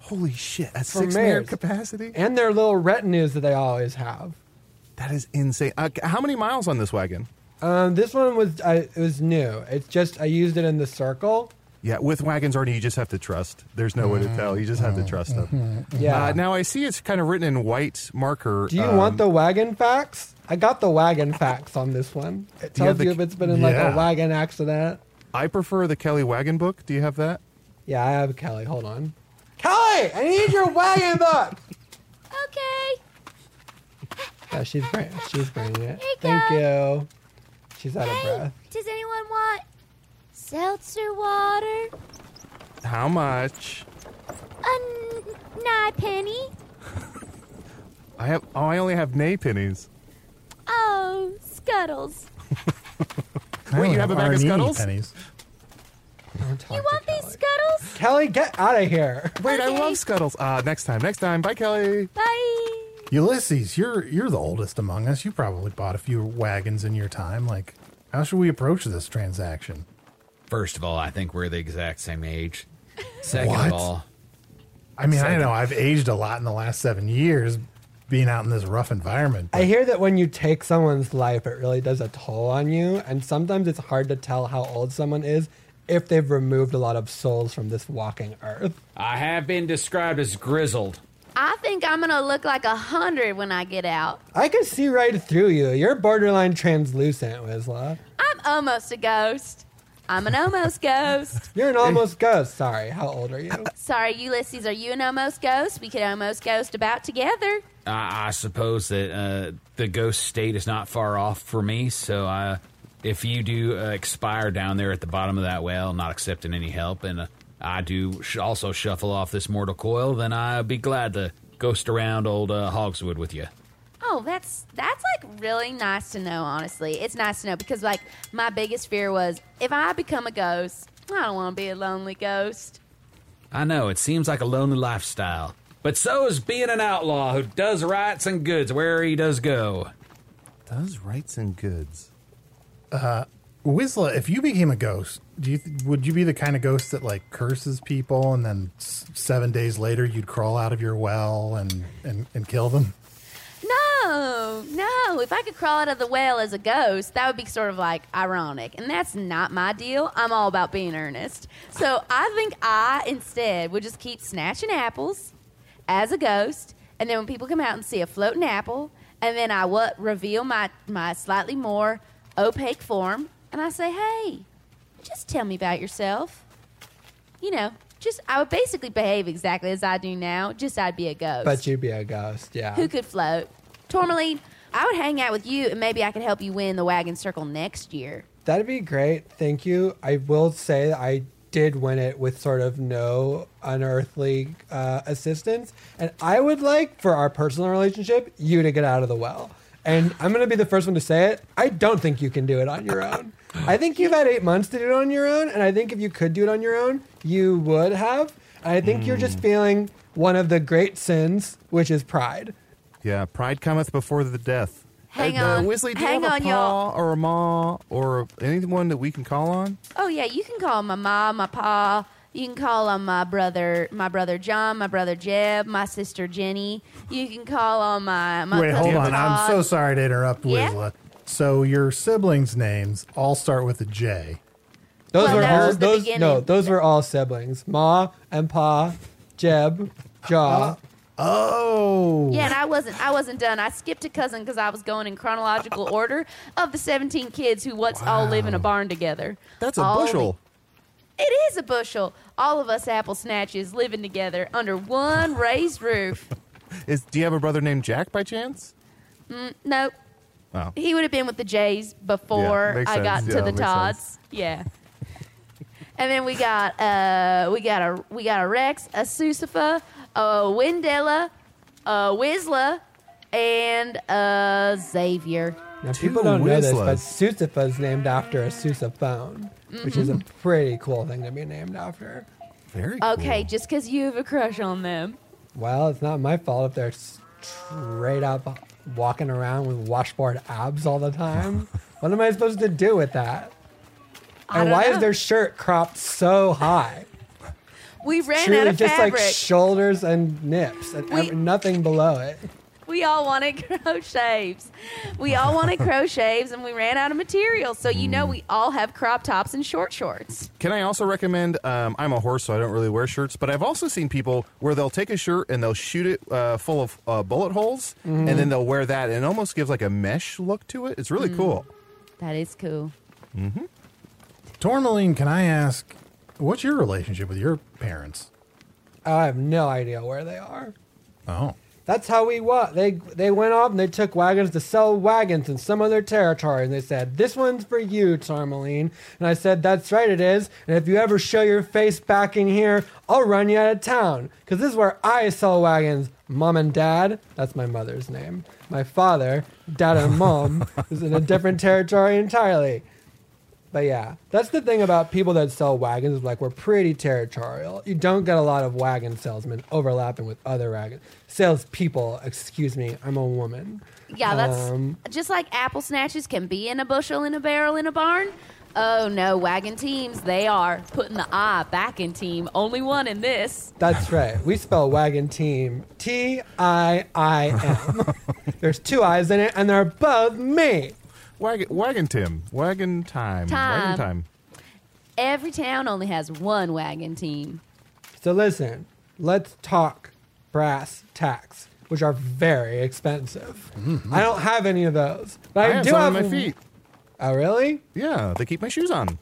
Speaker 2: Holy shit, at
Speaker 5: For
Speaker 2: six mare
Speaker 5: mares.
Speaker 2: capacity?
Speaker 5: And their little retinues that they always have.
Speaker 2: That is insane. Uh, how many miles on this wagon?
Speaker 5: Um, this one was I, it was new. It's just I used it in the circle.
Speaker 2: Yeah, with wagons, Arnie, you just have to trust. There's no way to tell. You just have to
Speaker 5: Mm-hmm.
Speaker 2: trust them.
Speaker 5: Yeah.
Speaker 2: Uh, now I see it's kind of written in white marker.
Speaker 5: Do you
Speaker 2: um,
Speaker 5: want the wagon facts? I got the wagon facts on this one. It
Speaker 2: Do you have
Speaker 5: tells
Speaker 2: the-
Speaker 5: you if it's been in like
Speaker 4: Yeah.
Speaker 5: a wagon accident.
Speaker 2: I prefer the Kelly wagon book. Do you have that?
Speaker 5: Yeah, I have Kelly. Hold on. Kelly, I need your wagon book.
Speaker 2: [LAUGHS]
Speaker 6: Okay.
Speaker 5: Yeah, she's bringing, she's bringing it.
Speaker 6: Here you
Speaker 5: Thank
Speaker 6: go.
Speaker 5: you. She's out of breath.
Speaker 6: does anyone want seltzer water?
Speaker 2: How much?
Speaker 6: A n- nigh penny?
Speaker 2: I have. Oh, I only have nay pennies.
Speaker 6: Oh, Scuttles.
Speaker 4: I only
Speaker 2: you have a bag of
Speaker 5: E
Speaker 4: Arnini
Speaker 2: Skittles?
Speaker 4: Pennies.
Speaker 5: Don't talk
Speaker 6: You
Speaker 5: to
Speaker 6: want
Speaker 5: Kelly.
Speaker 6: these Scuttles?
Speaker 5: Kelly, get out of here.
Speaker 2: Wait, I
Speaker 6: Okay.
Speaker 2: love Scuttles. Uh, next time, next time. Bye, Kelly.
Speaker 6: Bye.
Speaker 4: Ulysses, you're you're the oldest among us. You probably bought a few wagons in your time. Like, how should we approach this transaction?
Speaker 7: first of all, I think we're the exact same age. Second
Speaker 4: What?
Speaker 7: of all,
Speaker 4: I mean, I know I've aged a lot in the last seven years, being out in this rough environment. but
Speaker 5: I hear that when you take someone's life, it really does a toll on you, and sometimes it's hard to tell how old someone is if they've removed a lot of souls from this walking earth.
Speaker 7: I have been described as grizzled.
Speaker 6: I think I'm gonna look like a hundred when I get out.
Speaker 5: I can see right through you. You're borderline translucent, Wisla.
Speaker 6: I'm almost a ghost. I'm an almost ghost.
Speaker 5: You're an almost ghost. Sorry, how old are you?
Speaker 6: Sorry, Ulysses, are you an almost ghost? We could almost ghost about together.
Speaker 7: I, I suppose that uh, the ghost state is not far off for me. So uh, if you do uh, expire down there at the bottom of that well, not accepting any help, and uh, I do sh- also shuffle off this mortal coil, then I'd be glad to ghost around old uh, Hogswood with you.
Speaker 6: Oh, that's that's like really nice to know, honestly. It's nice to know because like my biggest fear was if I become a ghost, I don't want to be a lonely ghost.
Speaker 7: I know, it seems like a lonely lifestyle. But so is being an outlaw who does rights and goods where he does go.
Speaker 2: Does rights and goods.
Speaker 4: Uh, Whistler, if you became a ghost, do you th- would you be the kind of ghost that like curses people and then s- seven days later you'd crawl out of your well and and, and kill them?
Speaker 6: No, no. If I could crawl out of the well as a ghost, that would be sort of like ironic. And that's not my deal. I'm all about being earnest. So I think I instead would just keep snatching apples as a ghost. And then when people come out and see a floating apple, and then I what reveal my, my slightly more opaque form, and I say, hey, just tell me about yourself. You know, just I would basically behave exactly as I do now, just I'd be a ghost
Speaker 5: But you'd be a ghost, yeah.
Speaker 2: Um,
Speaker 6: who could float. Tourmaline, I would hang out with you, and maybe I could help you win the wagon circle next year.
Speaker 5: That'd be great. Thank you. I will say that I did win it with sort of no unearthly uh, assistance. And I would like for our personal relationship you to get out of the well. And I'm going to be the first one to say it. I don't think you can do it on your own. I think you've had eight months to do it on your own. And I think if you could do it on your own, you would have. And I think you're
Speaker 6: Mm.
Speaker 5: just feeling one of the great sins, which is pride.
Speaker 2: Yeah, pride cometh before the death.
Speaker 6: Hang
Speaker 2: Uh,
Speaker 6: on.
Speaker 2: Wesley, do
Speaker 6: Hang
Speaker 2: you
Speaker 6: on,
Speaker 2: have a
Speaker 6: y'all.
Speaker 2: pa or a ma or anyone that we can call on?
Speaker 6: Oh yeah, you can call my mom, my pa. You can call on my brother, my brother John, my brother Jeb, my sister Jenny. You can call on my, my
Speaker 4: Wait, hold on.
Speaker 6: cousin
Speaker 4: I'm
Speaker 6: Todd.
Speaker 4: so sorry to interrupt,
Speaker 6: Um, Yeah?
Speaker 4: Wizla. So your siblings' names all start with a J.
Speaker 5: Those
Speaker 6: Well,
Speaker 5: were
Speaker 6: that
Speaker 5: all
Speaker 6: was the
Speaker 5: those no,
Speaker 6: beginning.
Speaker 5: those were all siblings. Ma and Pa, Jeb,
Speaker 2: Uh,
Speaker 5: Jaw.
Speaker 4: Oh,
Speaker 6: Yeah, and I wasn't. I wasn't done. I skipped a cousin because I was going in
Speaker 2: [LAUGHS]
Speaker 6: chronological order of the 17 kids who once all live in a barn together.
Speaker 2: That's a
Speaker 6: All the-
Speaker 2: bushel.
Speaker 6: it is a bushel. All of us apple snatches living together under
Speaker 2: [LAUGHS]
Speaker 6: one raised roof.
Speaker 2: Is do you have a brother named Jack by chance?
Speaker 6: Nope.
Speaker 2: Oh.
Speaker 6: Mm, He would have been with the Jays before
Speaker 2: makes
Speaker 6: I got
Speaker 2: sense.
Speaker 6: to
Speaker 2: Yeah,
Speaker 6: the
Speaker 2: makes
Speaker 6: Todds. Yeah. and then we got uh we got a we got a Rex, a Susifa, a Windella, a Whistler, and a Xavier.
Speaker 5: Now
Speaker 2: Two
Speaker 5: people don't know this, but
Speaker 2: Whistlers.
Speaker 5: Susifa's named after a Susiphone, which is a pretty cool thing to be named after.
Speaker 2: Very cool.
Speaker 6: Okay, just 'cause you have a crush on them.
Speaker 5: Well, it's not my fault if they're straight up walking around with washboard abs all the time.
Speaker 2: [LAUGHS]
Speaker 5: what am I supposed to do with that?
Speaker 6: I
Speaker 5: And
Speaker 6: don't
Speaker 5: why
Speaker 6: know.
Speaker 5: is their shirt cropped so high?
Speaker 6: We ran out
Speaker 5: Truly,
Speaker 6: of
Speaker 5: just
Speaker 6: fabric.
Speaker 5: like shoulders and nips, and
Speaker 6: We-
Speaker 5: ev- nothing below it.
Speaker 6: we all [LAUGHS] wanted crochets. We all
Speaker 5: [LAUGHS]
Speaker 6: wanted crochets, and we ran out of material. So you
Speaker 5: Mm.
Speaker 6: know we all have crop tops and short shorts.
Speaker 2: Can I also recommend? Um, I'm a horse, so I don't really wear shirts, but I've also seen people where they'll take a shirt and they'll shoot it uh, full of uh, bullet holes, and then they'll wear that, and it almost gives like a mesh look to it. It's really cool.
Speaker 6: That is cool.
Speaker 5: Mm-hmm.
Speaker 4: Tourmaline, can I ask, what's your relationship with your parents?
Speaker 5: I have no idea where they are.
Speaker 4: Oh,
Speaker 5: That's how we what they they went off and they took wagons to sell wagons in some other territory and they said this one's for you Tourmaline and I said that's right it is and if you ever show your face back in here I'll run you out of town because this is where I sell wagons mom and dad that's my mother's name my father dad and mom is in a different territory entirely but yeah that's the thing about people that sell wagons is like we're pretty territorial you don't get a lot of wagon salesmen overlapping with other wagon salespeople excuse me i'm a woman
Speaker 6: Yeah, that's
Speaker 5: Um,
Speaker 6: just like apple snatches can be in a bushel, in a barrel, in a barn. Oh no, wagon teams, they are putting the I back in team. Only one in this.
Speaker 5: That's right. We spell wagon team T I I
Speaker 2: [LAUGHS]
Speaker 5: M. There's two I's in it, and they're both me.
Speaker 2: Wagon, wagon Tim, wagon time,
Speaker 6: Time.
Speaker 2: wagon time.
Speaker 6: Every town only has one wagon team.
Speaker 5: So listen, let's talk brass tacks, which are very expensive. I don't have any of those, but
Speaker 2: Mm-hmm. I
Speaker 5: I,
Speaker 2: have
Speaker 5: do
Speaker 2: some
Speaker 5: have
Speaker 2: on my feet.
Speaker 5: Oh, really?
Speaker 2: Yeah, they keep my shoes on.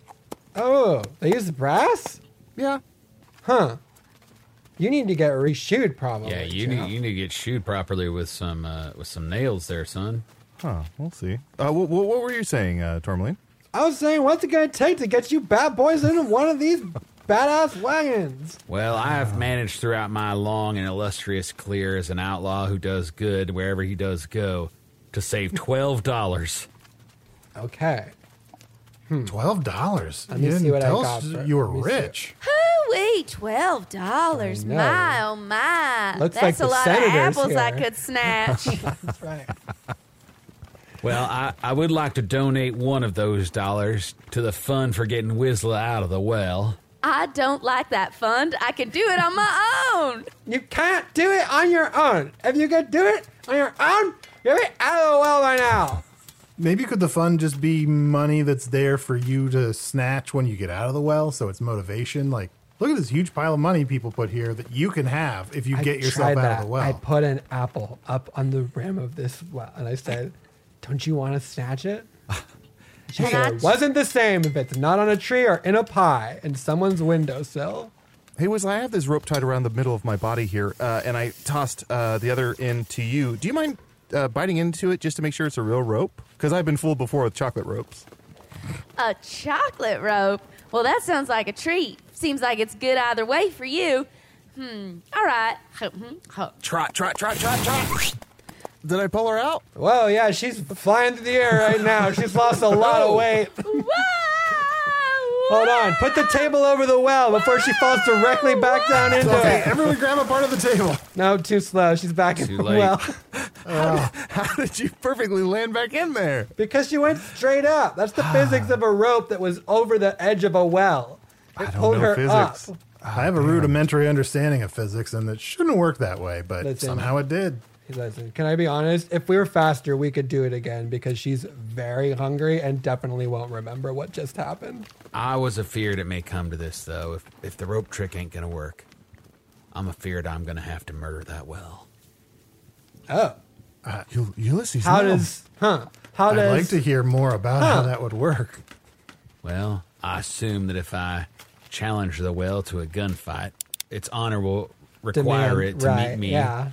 Speaker 5: Oh, they use brass?
Speaker 2: Yeah,
Speaker 5: You need to get reshoed, probably.
Speaker 7: Yeah, you
Speaker 5: Jeff.
Speaker 7: need, you need to get chewed properly with some uh, with some nails there, son.
Speaker 2: huh? We'll see. Uh, what, what were you saying, uh, Tourmaline?
Speaker 5: I was saying, what's it gonna take to get you bad boys into one of these badass wagons?
Speaker 7: Well, I
Speaker 2: Uh.
Speaker 7: have managed throughout my long and illustrious career as an outlaw who does good wherever he does go to save twelve dollars.
Speaker 5: Okay. Hmm.
Speaker 4: twelve dollars.
Speaker 5: Let me see what I got for-
Speaker 4: You were
Speaker 5: let me see.
Speaker 4: rich.
Speaker 6: Wee, twelve dollars.
Speaker 5: I know.
Speaker 6: My oh my.
Speaker 5: Looks like
Speaker 6: That's
Speaker 5: the
Speaker 6: a lot of
Speaker 5: senators
Speaker 6: apples I
Speaker 5: here.
Speaker 6: could snatch.
Speaker 5: [LAUGHS] That's right.
Speaker 7: Well, I, I would like to donate one of those dollars to the fund for getting Whistler out of the well.
Speaker 6: I don't like that fund. I can do it on my own.
Speaker 5: You can't do it on your own. If you could do it on your own, you're out of the well by now.
Speaker 4: Maybe could the fund just be money that's there for you to snatch when you get out of the well? So it's motivation. Like, look at this huge pile of money people put here that you can have if you get yourself out of the well.
Speaker 5: I put an apple up on the rim of this well, and I said, "Don't you want to snatch it?" She
Speaker 6: Can
Speaker 5: said,
Speaker 6: I-
Speaker 5: "It wasn't the same if it's not on a tree or in a pie in someone's windowsill."
Speaker 2: Hey, was I have this rope tied around the middle of my body here, uh, and I tossed uh, the other end to you. Do you mind uh, biting into it just to make sure it's a real rope? Because I've been fooled before with chocolate ropes.
Speaker 6: A chocolate rope. Well, that sounds like a treat. Seems like it's good either way for you. Hmm. All right. Hmm. Huh.
Speaker 2: Trot, trot, trot, trot, trot. Did I pull her out?
Speaker 5: Whoa, yeah, she's flying through the air right now. She's lost a lot
Speaker 7: Oh.
Speaker 5: of weight. Hold on, put the table over the well before she falls directly back down into
Speaker 2: Okay,
Speaker 5: it.
Speaker 2: everyone grab a part of the table.
Speaker 5: No, too slow. She's back in
Speaker 7: Too
Speaker 5: the
Speaker 7: late.
Speaker 5: well
Speaker 2: How did you perfectly land back in there?
Speaker 5: because she went straight up. That's the physics of a rope that was over the edge of a well. It
Speaker 2: I don't
Speaker 5: pulled
Speaker 2: know
Speaker 5: her
Speaker 2: physics.
Speaker 5: up.
Speaker 4: I have a rudimentary understanding of physics, and it shouldn't work that way, but
Speaker 5: That's in-
Speaker 4: somehow it did.
Speaker 5: Listen, can I be honest? If we were faster, we could do it again because she's very hungry and definitely won't remember what just happened.
Speaker 7: I was afeared it may come to this, though. If, if the rope trick ain't gonna work, I'm afeared I'm gonna have to murder that well.
Speaker 4: Uh,
Speaker 2: U- Ulysses,
Speaker 5: Oh. How
Speaker 2: no.
Speaker 5: does huh? How
Speaker 4: I'd like
Speaker 5: does
Speaker 4: to hear more about how that would work.
Speaker 7: Well, I assume that if I challenge the well to a gunfight, its honor will require
Speaker 5: demand-
Speaker 7: it to
Speaker 5: right,
Speaker 7: meet me.
Speaker 5: Yeah.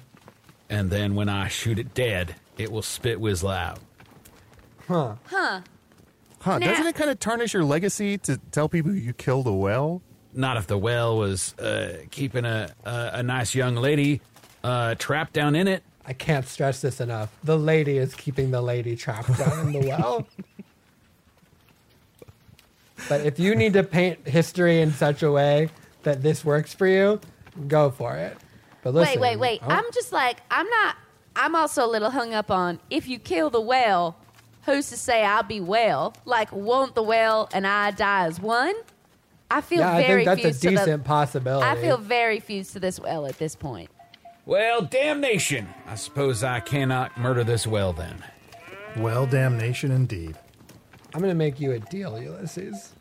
Speaker 7: And then when I shoot it dead, it will spit Whistler out.
Speaker 2: Huh,
Speaker 6: Nah.
Speaker 2: doesn't it kind of tarnish your legacy to tell people you killed a well?
Speaker 7: Not if the well was uh, keeping a, a, a nice young lady uh, trapped down in it.
Speaker 5: I can't stress this enough. The lady is keeping the lady trapped
Speaker 6: [LAUGHS]
Speaker 5: down in the well. But if you need to paint history in such a way that this works for you, go for it. But listen,
Speaker 6: Wait, wait, wait. I'm just like, I'm not, I'm also a little hung up on if you kill the whale, who's to say I'll be well? Like, won't the whale and I die as one? I feel
Speaker 5: yeah, I
Speaker 6: very
Speaker 5: think that's a
Speaker 6: fused to
Speaker 5: decent
Speaker 6: the,
Speaker 5: possibility.
Speaker 6: I feel very fused to this well at this point.
Speaker 7: Well, damnation! I suppose I cannot murder this well then.
Speaker 4: Well, damnation indeed.
Speaker 5: I'm gonna make you a deal, Ulysses.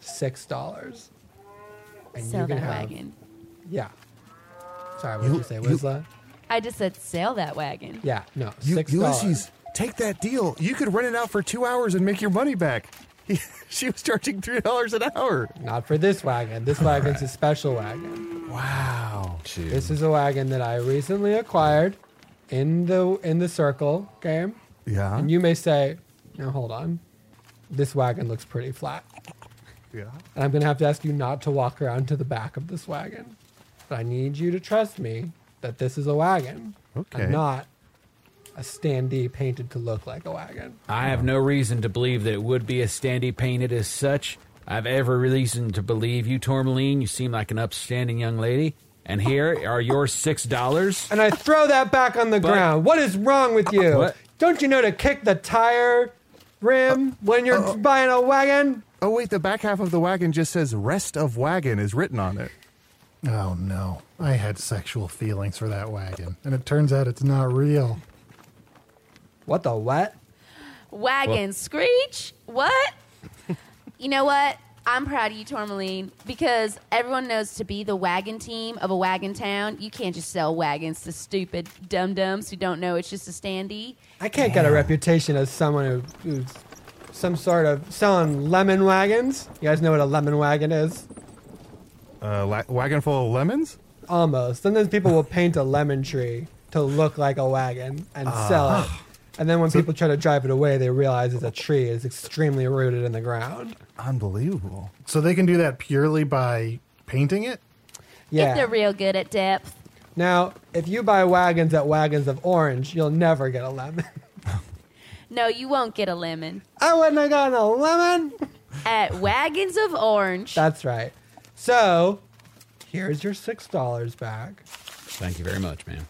Speaker 5: Six dollars. And
Speaker 6: Sell that
Speaker 5: have-
Speaker 6: wagon.
Speaker 5: Yeah. Sorry, what did
Speaker 2: You-
Speaker 5: you say,
Speaker 2: you-
Speaker 5: Wisla?
Speaker 6: I just said sell that wagon.
Speaker 5: Yeah, no,
Speaker 2: U-
Speaker 5: six dollars.
Speaker 2: Ulysses, take that deal. You could rent it out for two hours and make your money back. [LAUGHS] she was charging three dollars an hour.
Speaker 5: Not for this wagon. This wagon's a special wagon.
Speaker 2: Wow.
Speaker 5: This is a wagon that I recently acquired in the in the circle game.
Speaker 2: Yeah.
Speaker 5: And you may say, now hold on. This wagon looks pretty flat.
Speaker 2: yeah.
Speaker 5: And I'm gonna have to ask you not to walk around to the back of this wagon. But I need you to trust me that this is a wagon.
Speaker 2: Okay.
Speaker 5: And not a standee painted to look like a wagon.
Speaker 7: I have no reason to believe that it would be a standee painted as such. I've every reason to believe you, Tourmaline. You seem like an upstanding young lady. And here are your six dollars.
Speaker 5: And I throw that back on the
Speaker 7: But-
Speaker 5: ground. What is wrong with you?
Speaker 7: What?
Speaker 5: Don't you know to kick the tire rim when you're buying a wagon?
Speaker 2: Oh wait, the back half of the wagon just says "rest of wagon" is written on it.
Speaker 4: Oh no, I had sexual feelings for that wagon, and it turns out it's not real.
Speaker 5: What the what?
Speaker 6: Wagon screech? What? [LAUGHS] you know what? I'm proud of you, Tourmaline, because everyone knows to be the wagon team of a wagon town, you can't just sell wagons to stupid dum dums who don't know it's just a standee.
Speaker 5: I can't get a reputation as someone who, who's some sort of selling lemon wagons. You guys know what a lemon wagon is?
Speaker 2: Uh, la- wagon full of lemons.
Speaker 5: Almost. Sometimes people will paint a lemon tree to look like a wagon and
Speaker 4: Ah.
Speaker 5: sell it. And then when people try to drive it away, they realize it's a tree. It's extremely rooted in the ground.
Speaker 2: Unbelievable.
Speaker 4: So they can do that purely by painting it.
Speaker 5: Yeah.
Speaker 6: If they're real good at depth.
Speaker 5: Now, if you buy wagons at Wagons of Orange, you'll never get a lemon. [LAUGHS]
Speaker 6: No, you won't get a lemon.
Speaker 5: I wouldn't have gotten a lemon.
Speaker 6: At Wagons of Orange.
Speaker 5: That's right. So, here's your six dollars back,
Speaker 7: Thank you very much, man.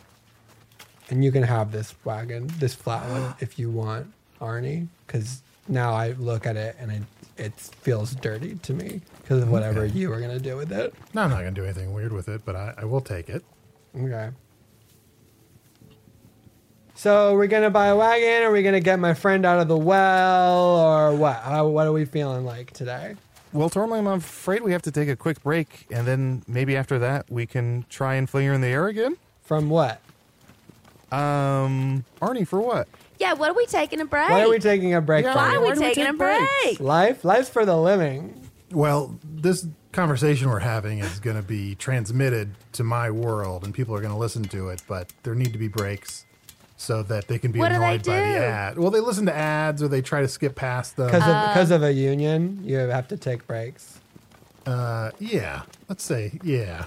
Speaker 5: and you can have this wagon, this flat one, if you want, Arnie. Because now I look at it and it it feels dirty to me because of whatever you were gonna do with it.
Speaker 4: No, I'm not going to do anything weird with it, but I, I will take it.
Speaker 5: Okay. So we're gonna buy a wagon, or we gonna get my friend out of the well, or what? How, what are we feeling like today?
Speaker 2: Well, Tourmaline, I'm afraid we have to take a quick break, and then maybe after that we can try and fling her in the air again.
Speaker 5: From what?
Speaker 2: Um, Arnie, for what?
Speaker 6: yeah, what are we taking a break?
Speaker 5: Why are we taking a break?
Speaker 2: Yeah,
Speaker 6: Why
Speaker 5: from?
Speaker 6: are
Speaker 2: Why
Speaker 6: we
Speaker 2: do we
Speaker 6: taking
Speaker 2: take
Speaker 6: a break?
Speaker 2: breaks?
Speaker 5: Life, life's for the living.
Speaker 4: Well, this conversation we're having is going to be transmitted to my world, and people are going to listen to it. But there need to be breaks, so that they can be
Speaker 6: What do they
Speaker 4: annoyed by the
Speaker 6: do?
Speaker 4: ad. Well, they listen to ads or they try to skip past them.
Speaker 5: Because
Speaker 6: Uh.
Speaker 5: of, 'cause of a union, you have to take breaks.
Speaker 4: Uh, yeah, let's say yeah.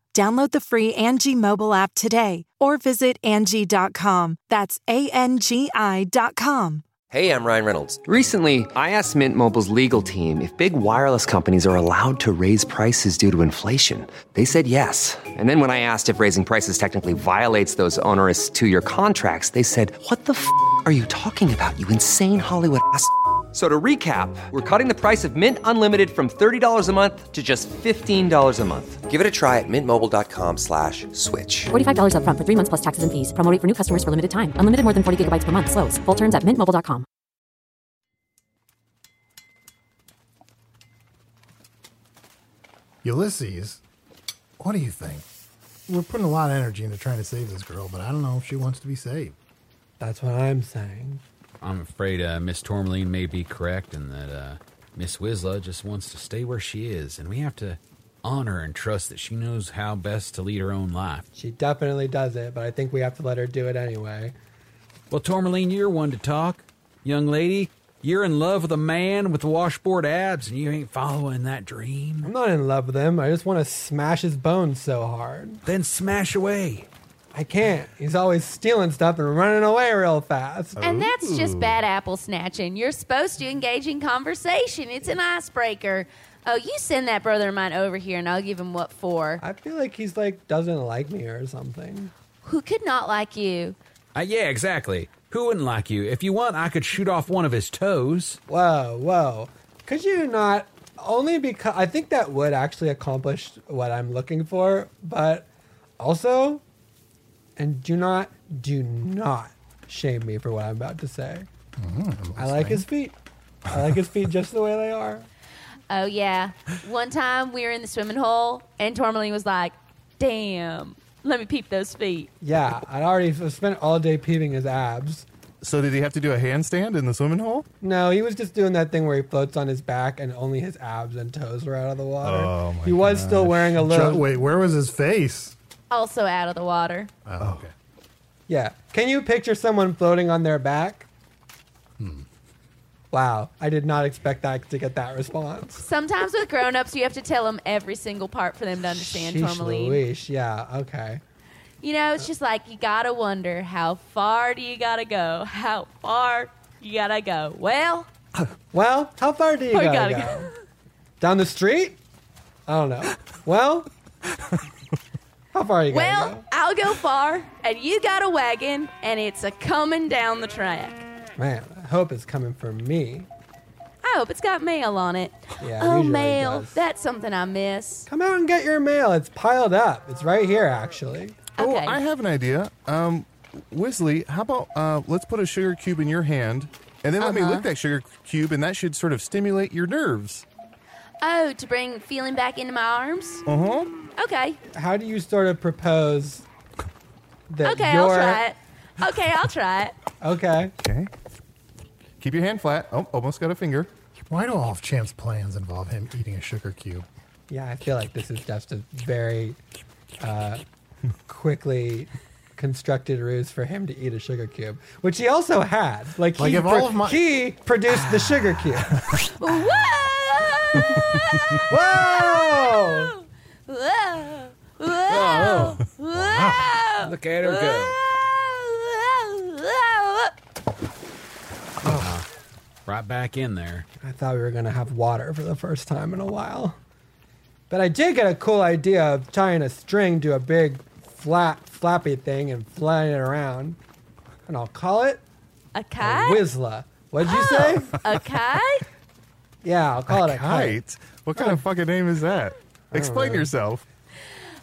Speaker 10: Download the free Angie mobile app today or visit Angie.com. That's A N G I.com.
Speaker 11: Hey, I'm Ryan Reynolds. Recently, I asked Mint Mobile's legal team if big wireless companies are allowed to raise prices due to inflation. They said yes. And then when I asked if raising prices technically violates those onerous two year contracts, they said, What the f are you talking about, you insane Hollywood ass? f- So to recap, we're cutting the price of Mint Unlimited from $30 a month to just $15 a month. Give it a try at mintmobile.com slash switch.
Speaker 12: $45 upfront for three months plus taxes and fees. Promo rate for new customers for limited time. Unlimited more than 40 gigabytes per month. Slows. Full terms at mintmobile.com.
Speaker 4: Ulysses, what do you think? We're putting a lot of energy into trying to save this girl, but I don't know if she wants to be saved.
Speaker 5: That's what I'm saying.
Speaker 7: I'm afraid uh, Miss Tourmaline may be correct and that uh, Miss Wisla just wants to stay where she is, and we have to honor and trust that she knows how best to lead her own life.
Speaker 5: She definitely does it, but I think we have to let her do it anyway.
Speaker 7: Well, Tourmaline, you're one to talk. Young lady, you're in love with a man with washboard abs, and you ain't following that dream.
Speaker 5: I'm not in love with him. I just want to smash his bones so hard.
Speaker 7: Then smash away.
Speaker 5: I can't. He's always stealing stuff and running away real fast.
Speaker 6: And that's just bad apple snatching. You're supposed to engage in conversation. It's an icebreaker. Oh, you send that brother of mine over here, and I'll give him what for.
Speaker 5: I feel like he's like doesn't like me or something.
Speaker 6: Who could not like you?
Speaker 7: Uh, yeah, exactly. Who wouldn't like you? If you want, I could shoot off one of his toes.
Speaker 5: Whoa, whoa. Could you not? Only because I think that would actually accomplish what I'm looking for, but also, and do not, do not shame me for what I'm about to say. I like his feet. I like his feet just the way they are.
Speaker 6: Oh, yeah. One time we were in the swimming hole, and Tourmaline was like, damn, let me peep those feet.
Speaker 5: Yeah, I'd already spent all day peeping his abs.
Speaker 2: So did he have to do a handstand in the swimming hole?
Speaker 5: No, he was just doing that thing where he floats on his back and only his abs and toes were out of the water.
Speaker 4: Oh, my
Speaker 5: he was still wearing a little.
Speaker 4: Jo- wait, where was his face?
Speaker 6: Also out of the water.
Speaker 4: Oh, okay.
Speaker 5: Yeah. Can you picture someone floating on their back?
Speaker 2: Hmm.
Speaker 5: Wow, I did not expect that to get that response.
Speaker 6: Sometimes with grown ups, you have to tell them every single part for them to understand
Speaker 5: Sheesh
Speaker 6: Tourmaline.
Speaker 5: Louise, yeah, okay.
Speaker 6: You know, it's just like you gotta wonder how far do you gotta go? How far you gotta go? Well,
Speaker 5: Well, how far do you
Speaker 6: Oh, you
Speaker 5: gotta,
Speaker 6: gotta
Speaker 5: go? Down the street? I don't know.
Speaker 6: [LAUGHS]
Speaker 5: Well, how far you gotta
Speaker 6: well, I'll go far, and you got a wagon, and it's a coming down the track.
Speaker 5: go? Man, I hope it's coming for me.
Speaker 6: I hope it's got mail on it.
Speaker 5: Yeah, it
Speaker 6: oh,
Speaker 5: usually
Speaker 6: mail,
Speaker 5: does.
Speaker 6: that's something I miss.
Speaker 5: Come out and get your mail. It's piled up. It's right here, actually.
Speaker 2: Oh,
Speaker 6: Okay.
Speaker 2: I have an idea. Um, Wisley, how about uh, let's put a sugar cube in your hand, and then let
Speaker 6: Uh-huh.
Speaker 2: me lick that sugar cube, and that should sort of stimulate your nerves.
Speaker 6: Oh, to bring feeling back into my arms.
Speaker 2: Uh huh.
Speaker 6: Okay,
Speaker 5: How do you sort of propose that
Speaker 6: okay,
Speaker 5: you're
Speaker 6: I'll try it. Okay, I'll try
Speaker 5: [LAUGHS]
Speaker 6: it.
Speaker 5: okay?
Speaker 2: Okay. Keep your hand flat. Oh, almost got a finger.
Speaker 4: Why do all of Champ's plans involve him eating a sugar cube?
Speaker 5: Yeah, I feel like this is just a very uh, quickly constructed ruse for him to eat a sugar cube, which he also had. Like,
Speaker 4: Like,
Speaker 5: he,
Speaker 4: if all of my-
Speaker 5: he produced the sugar
Speaker 4: [LAUGHS]
Speaker 5: cube.
Speaker 6: Whoa!
Speaker 5: Whoa!
Speaker 6: Whoa!
Speaker 5: Oh.
Speaker 6: Whoa! Whoa!
Speaker 7: Look at her go.
Speaker 6: Whoa! Whoa!
Speaker 7: Right back in there.
Speaker 5: I thought we were gonna have water for the first time in a while, but I did get a cool idea of tying a string to a big flat flappy thing and flying it around, and I'll call it
Speaker 6: A
Speaker 5: a
Speaker 6: kite? Oh,
Speaker 5: Whizla. What'd you say?
Speaker 6: A kite?
Speaker 5: [LAUGHS] Yeah, I'll call it a kite. Oh.
Speaker 2: Kite. What kind of fucking name is that? Explain yourself.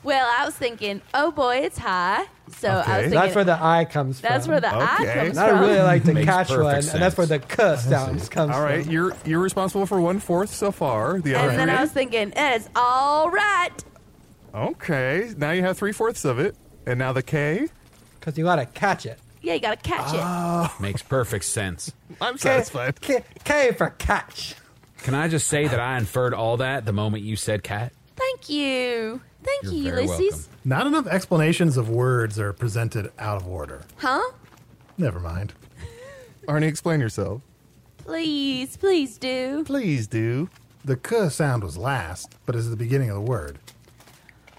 Speaker 6: Well, I was thinking, oh boy, it's high. So I was thinking
Speaker 5: that's where the I comes
Speaker 6: That's
Speaker 5: from.
Speaker 6: where the I Okay. comes
Speaker 5: And I really
Speaker 6: from.
Speaker 5: like the
Speaker 2: Makes
Speaker 5: catch
Speaker 2: perfect
Speaker 5: one, and that's
Speaker 2: sense.
Speaker 5: where the K sounds comes
Speaker 2: All right,
Speaker 5: from.
Speaker 2: you're you're responsible for one fourth so far. The other
Speaker 6: and then
Speaker 2: three-
Speaker 6: I was thinking, that is all right.
Speaker 2: okay. Now you have three fourths of it, and now the K.
Speaker 5: Because you gotta catch it.
Speaker 6: Yeah, you gotta catch
Speaker 7: Makes perfect sense.
Speaker 2: Oh, [LAUGHS] I'm
Speaker 5: satisfied. K, K for catch.
Speaker 7: Can I just say that I inferred all that the moment you said cat?
Speaker 6: it. Thank you. Thank
Speaker 7: You're
Speaker 6: you,
Speaker 7: very
Speaker 6: Ulysses.
Speaker 4: Not enough explanations of words are presented out of order.
Speaker 6: Huh?
Speaker 4: Never mind.
Speaker 2: [LAUGHS] Arnie, explain yourself.
Speaker 6: Please, please do.
Speaker 2: Please do.
Speaker 4: The k sound was last, but is the beginning of the word.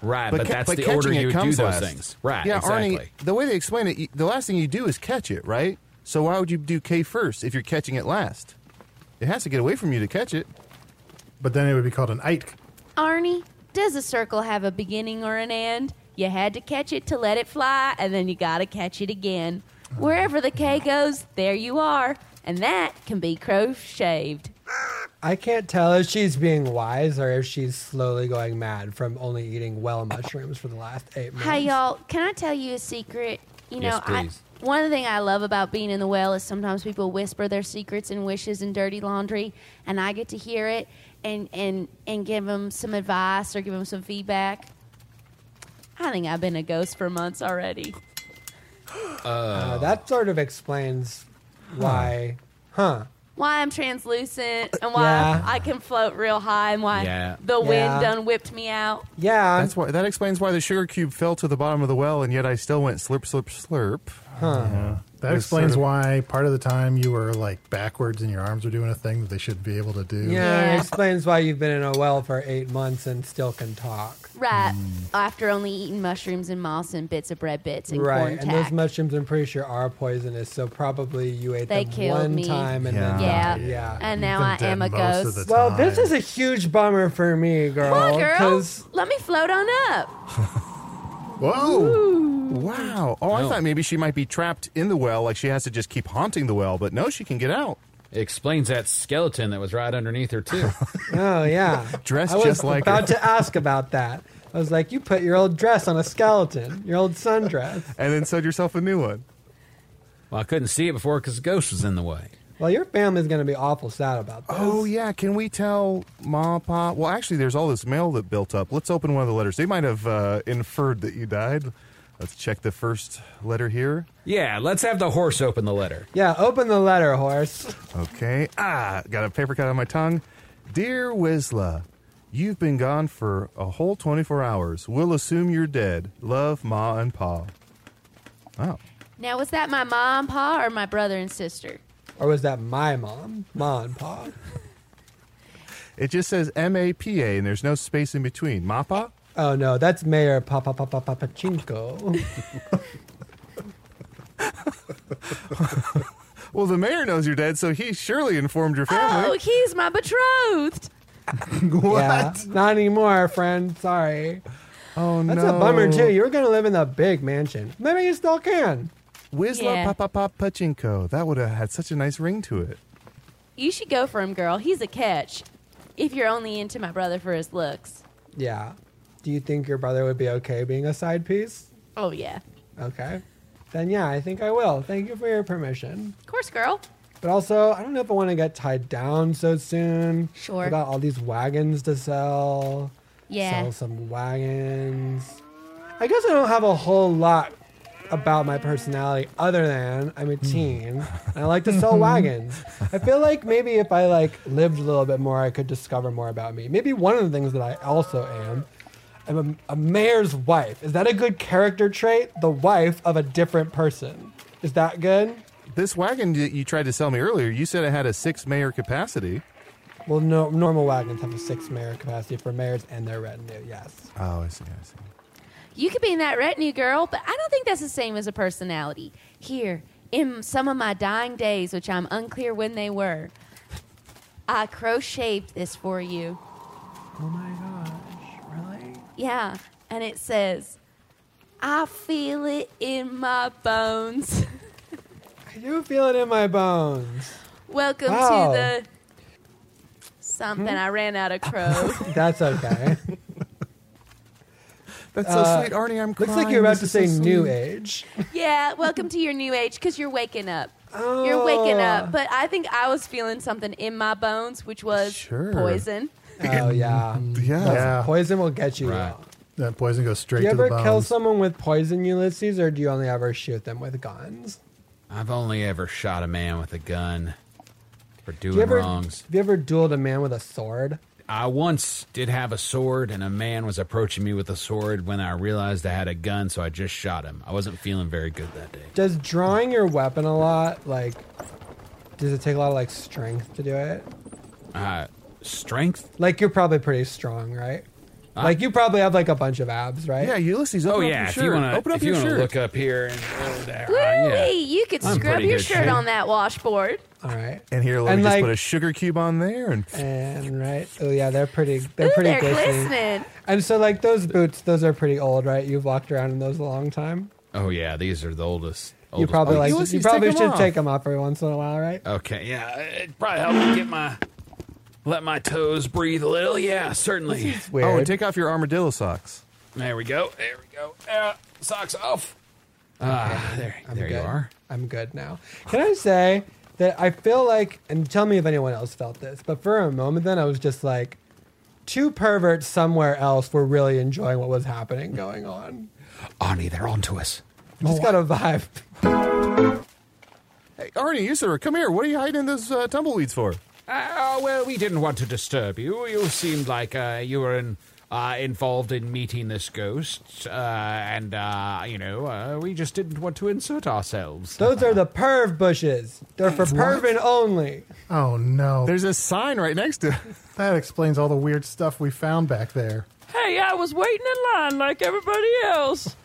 Speaker 7: Right,
Speaker 2: But
Speaker 7: but,
Speaker 2: ca-
Speaker 7: that's
Speaker 2: but
Speaker 7: the
Speaker 2: catching
Speaker 7: order
Speaker 2: it
Speaker 7: you would do
Speaker 2: comes
Speaker 7: those
Speaker 2: last.
Speaker 7: things. Right,
Speaker 2: yeah,
Speaker 7: exactly.
Speaker 2: Arnie. The way they explain it, you, the last thing you do is catch it, right? So why would you do K first if you're catching it last? It has to get away from you to catch it.
Speaker 4: But then it would be called an eit.
Speaker 6: Arnie, does a circle have a beginning or an end? You had to catch it to let it fly, and then you gotta catch it again. Wherever the K goes, there you are. And that can be crow shaved.
Speaker 5: I can't tell if she's being wise or if she's slowly going mad from only eating well mushrooms for the last eight months.
Speaker 6: Hey y'all, can I tell you a secret? You know,
Speaker 5: Yes, please.
Speaker 6: I one thing I love about being in the well is sometimes people whisper their secrets and wishes and dirty laundry, and I get to hear it and and and give them some advice or give them some feedback. I think I've been a ghost for months already.
Speaker 2: Oh.
Speaker 5: Uh, that sort of explains why, huh?
Speaker 6: Why I'm translucent and why
Speaker 5: Yeah.
Speaker 6: I can float real high and why
Speaker 2: Yeah.
Speaker 6: the wind
Speaker 2: Yeah.
Speaker 6: done whipped me out.
Speaker 5: Yeah,
Speaker 2: that's why. That explains why the sugar cube fell to the bottom of the well, and yet I still went slurp, slurp, slurp.
Speaker 4: Huh. That
Speaker 2: It's
Speaker 4: explains
Speaker 2: sort of-
Speaker 4: why part of the time you were like backwards and your arms were doing a thing that they shouldn't be able to do.
Speaker 5: Yeah, it explains why you've been in a well for eight months and still can talk.
Speaker 6: Right.
Speaker 2: Mm.
Speaker 5: Mm.
Speaker 6: After only eating mushrooms and moss and bits of bread bits and corn
Speaker 5: right,
Speaker 6: tack.
Speaker 5: and those mushrooms, I'm pretty sure, are poisonous. So probably you ate
Speaker 6: They
Speaker 5: them
Speaker 6: killed
Speaker 5: one
Speaker 6: me.
Speaker 5: time and then
Speaker 6: Yeah.
Speaker 5: died. yeah.
Speaker 6: And now I am a ghost.
Speaker 5: Well, this is a huge bummer for me, girl.
Speaker 6: Come on, girl.
Speaker 5: 'cause-
Speaker 6: Let me float on up.
Speaker 2: Whoa! Wow! Oh, I thought maybe she might be trapped in the well, like she has to just keep haunting the well. But no, she can get out.
Speaker 7: It explains that skeleton that was right underneath her
Speaker 2: [LAUGHS]
Speaker 7: too.
Speaker 5: Oh yeah,
Speaker 7: Dressed
Speaker 5: I was
Speaker 7: just like her.
Speaker 5: About to ask about that. I was like, you put your old dress on a skeleton, your old sundress.
Speaker 2: [LAUGHS] and then sewed yourself a new one.
Speaker 7: Well, I couldn't see it before because the ghost was in the way.
Speaker 5: Well, your family's gonna be awful sad about this.
Speaker 2: Oh yeah, can we tell Ma, Pa? Well, actually, there's all this mail that built up. Let's open one of the letters. They might have uh, inferred that you died. Let's check the first letter here.
Speaker 7: Yeah, let's have the horse open the letter.
Speaker 5: Yeah, open the letter, horse.
Speaker 2: Okay. Ah, got a paper cut on my tongue. Dear Wisla, you've been gone for a whole 24 hours. We'll assume you're dead. Love, Ma and Pa. Wow.
Speaker 6: Now, was that my mom, pa, or my brother and sister?
Speaker 5: Or was that my mom, Ma and Pa?
Speaker 2: It just says M A P A, and there's no space in between. Ma Pa?
Speaker 5: Oh no, that's Mayor Papa Papa Papachinko.
Speaker 2: [LAUGHS] Well, the mayor knows you're dead, so he surely informed your
Speaker 6: Oh,
Speaker 2: [LAUGHS] family.
Speaker 6: he's my betrothed.
Speaker 2: what?
Speaker 5: Yeah, not anymore, friend. Sorry.
Speaker 2: Oh
Speaker 5: That's
Speaker 2: no.
Speaker 5: a bummer too. You were gonna live in the big mansion. Maybe you still can.
Speaker 2: Wisla
Speaker 6: Yeah.
Speaker 2: Papa Papa Pachinko. That would have had such a nice ring to it.
Speaker 6: You should go for him, girl. He's a catch. If you're only into my brother for his looks.
Speaker 5: Yeah. Do you think your brother would be okay being a side piece?
Speaker 6: Oh, yeah.
Speaker 5: Okay. Then yeah, I think I will. Thank you for your permission.
Speaker 6: Of course, girl.
Speaker 5: But also, I don't know if I want to get tied down so soon.
Speaker 6: Sure.
Speaker 5: I got all these wagons to sell.
Speaker 6: Yeah.
Speaker 5: Sell some wagons. I guess I don't have a whole lot about my personality other than I'm a teen and I like to sell wagons. I feel like maybe if I like lived a little bit more, I could discover more about me. Maybe one of the things that I also am, I'm a, a mayor's wife. Is that a good character trait? The wife of a different person. Is that good?
Speaker 2: This wagon that you tried to sell me earlier, you said it had a six mayor capacity.
Speaker 5: Well, no, normal wagons have a six mayor capacity for mayors and their retinue. Yes.
Speaker 2: Oh, I see. I see.
Speaker 6: You could be in that retinue, girl, but I don't think that's the same as a personality. Here, in some of my dying days, which I'm unclear when they were, I crocheted this for you.
Speaker 5: Oh my gosh! Really?
Speaker 6: Yeah, and it says, I feel it in my bones. [LAUGHS]
Speaker 5: I do feel it in my bones.
Speaker 6: Welcome
Speaker 5: Wow.
Speaker 6: to the something. I ran out of crow.
Speaker 5: That's okay.
Speaker 2: [LAUGHS] That's so
Speaker 5: Uh,
Speaker 2: sweet, Arnie. I'm
Speaker 5: Looks
Speaker 2: crying.
Speaker 5: like you're about to
Speaker 2: This is
Speaker 5: say
Speaker 2: so
Speaker 5: new
Speaker 2: sweet.
Speaker 5: age.
Speaker 6: Yeah, welcome to your new age because you're waking up. You're waking up. But I think I was feeling something in my bones, which was
Speaker 4: Sure.
Speaker 6: poison.
Speaker 2: [CLEARS THROAT]
Speaker 5: Oh yeah,
Speaker 4: Yeah.
Speaker 5: That's- Poison will get you. out.
Speaker 4: That poison goes straight
Speaker 5: do you
Speaker 4: to the
Speaker 5: ever
Speaker 4: bones.
Speaker 5: kill someone with poison, Ulysses, or do you only ever shoot them with guns?
Speaker 3: I've only ever shot a man with a gun for
Speaker 5: Do
Speaker 3: doing
Speaker 5: you ever
Speaker 3: wrongs.
Speaker 5: have you ever dueled a man with a sword?
Speaker 3: I once did have a sword, and a man was approaching me with a sword when I realized I had a gun, so I just shot him. I wasn't feeling very good that day.
Speaker 5: Does drawing your weapon a lot like? Does it take a lot of like strength to do it?
Speaker 3: Uh, strength?
Speaker 5: Like you're probably pretty strong, right?
Speaker 3: Uh,
Speaker 5: like you probably have like a bunch of abs, right?
Speaker 2: Yeah, Ulysses.
Speaker 3: oh yeah, if you want to, if you want to look up here and oh, there, uh,
Speaker 6: Woo
Speaker 3: yeah.
Speaker 6: You could
Speaker 2: I'm
Speaker 6: scrub
Speaker 2: pretty
Speaker 6: your
Speaker 2: good
Speaker 6: shirt
Speaker 2: shape.
Speaker 6: on that washboard.
Speaker 5: All right.
Speaker 2: And here, let
Speaker 5: And
Speaker 2: me
Speaker 5: like-
Speaker 2: just put a sugar cube on there. And
Speaker 5: And right, oh yeah, they're pretty. They're
Speaker 6: Ooh,
Speaker 5: pretty
Speaker 6: they're
Speaker 5: glistening.
Speaker 6: glistening.
Speaker 5: And so, like those boots, those are pretty old, right? You've walked around in those a long time.
Speaker 3: Oh yeah, these are the oldest.
Speaker 5: you
Speaker 3: oldest
Speaker 5: probably
Speaker 3: ones.
Speaker 5: like you probably should take them off every once in a while, right?
Speaker 3: Okay, yeah, it probably helped me get my let my toes breathe a little. Yeah, certainly.
Speaker 2: Oh, and take off your armadillo socks.
Speaker 3: There we go. There we go. Uh, socks off. Ah, there,
Speaker 5: I'm
Speaker 3: there
Speaker 5: good.
Speaker 3: you are.
Speaker 5: I'm good now. Can I say that I feel like, and tell me if anyone else felt this, but for a moment then I was just like, two perverts somewhere else were really enjoying what was happening going on.
Speaker 13: Arnie, they're onto us.
Speaker 4: Oh,
Speaker 5: I just got a vibe.
Speaker 2: Hey, Arnie, you sir, come here. What are you hiding those uh, tumbleweeds for?
Speaker 3: Uh, well, we didn't want to disturb you. You seemed like uh, you were in, uh, involved in meeting this ghost, uh, and uh, you know, uh, we just didn't want to insert ourselves.
Speaker 5: Those are the perv bushes. They're for pervin only.
Speaker 4: Oh no!
Speaker 2: There's a sign right next [LAUGHS] to.
Speaker 4: that explains all the weird stuff we found back there.
Speaker 14: Hey, I was waiting in line like everybody
Speaker 2: [LAUGHS]
Speaker 14: else.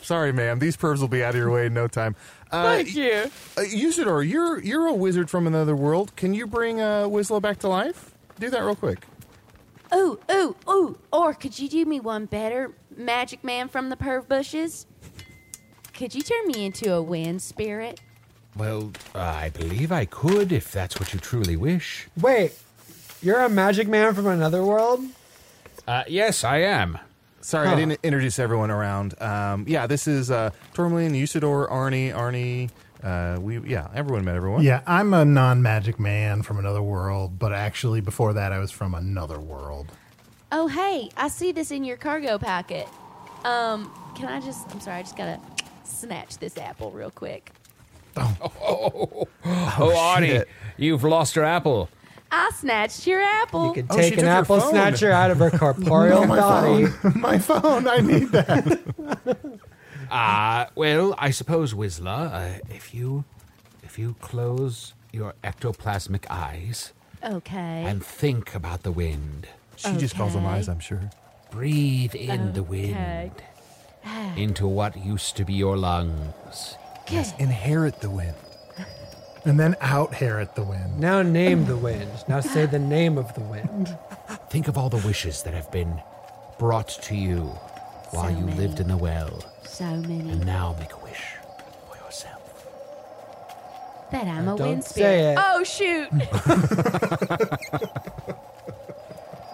Speaker 2: Sorry, ma'am. These pervs will be out of your way in no time. Uh,
Speaker 14: Thank you.
Speaker 2: Uh, Usador, you're you're a wizard from another world. Can you bring uh, Wizlo back to life? Do that real quick.
Speaker 6: Ooh, ooh, ooh. Or could you do me one better, magic man from the perv bushes? Could you turn me into a wind spirit?
Speaker 3: Well, uh, I believe I could if that's what you truly wish.
Speaker 5: Wait, you're a magic man from another world?
Speaker 3: Uh, yes, I am.
Speaker 2: Sorry,
Speaker 5: Huh.
Speaker 2: I didn't introduce everyone around. Um, yeah, this is uh, Tourmaline, Usador, Arnie, Arnie. Uh, we yeah, everyone met everyone. [LAUGHS]
Speaker 4: Yeah, I'm a non-magic man from another world, but actually before that, I was from another world.
Speaker 6: Oh, hey, I see this in your cargo packet. Um, can I just, I'm sorry, I just gotta snatch this apple real quick.
Speaker 3: Oh, Arnie, you've lost your apple.
Speaker 6: I snatched your apple.
Speaker 5: You could
Speaker 3: Oh,
Speaker 5: take an apple snatcher
Speaker 4: [LAUGHS]
Speaker 5: out [LAUGHS] of her corporeal body.
Speaker 4: My phone, I need
Speaker 5: [LAUGHS]
Speaker 4: that.
Speaker 3: Ah, well, I suppose, Whistler, uh, if you if you close your ectoplasmic eyes
Speaker 6: Okay.
Speaker 3: and think about the wind,
Speaker 2: She just calls them eyes, I'm sure.
Speaker 3: breathe in the wind
Speaker 6: Okay.
Speaker 3: into what used to be your lungs.
Speaker 6: Yes,
Speaker 2: inherit the wind.
Speaker 4: And then out at the wind.
Speaker 5: Now name the wind.
Speaker 4: [LAUGHS]
Speaker 5: Now say the name of the wind.
Speaker 3: Think of all the wishes that have been brought to you while
Speaker 6: So
Speaker 3: you
Speaker 6: many.
Speaker 3: lived in the well,
Speaker 6: [SIGHS] So many.
Speaker 3: and now make a wish for yourself.
Speaker 6: That I'm a
Speaker 5: Uh, Don't
Speaker 6: wind
Speaker 5: say
Speaker 6: spirit.
Speaker 5: it.
Speaker 6: Oh,
Speaker 5: [LAUGHS]
Speaker 6: shoot.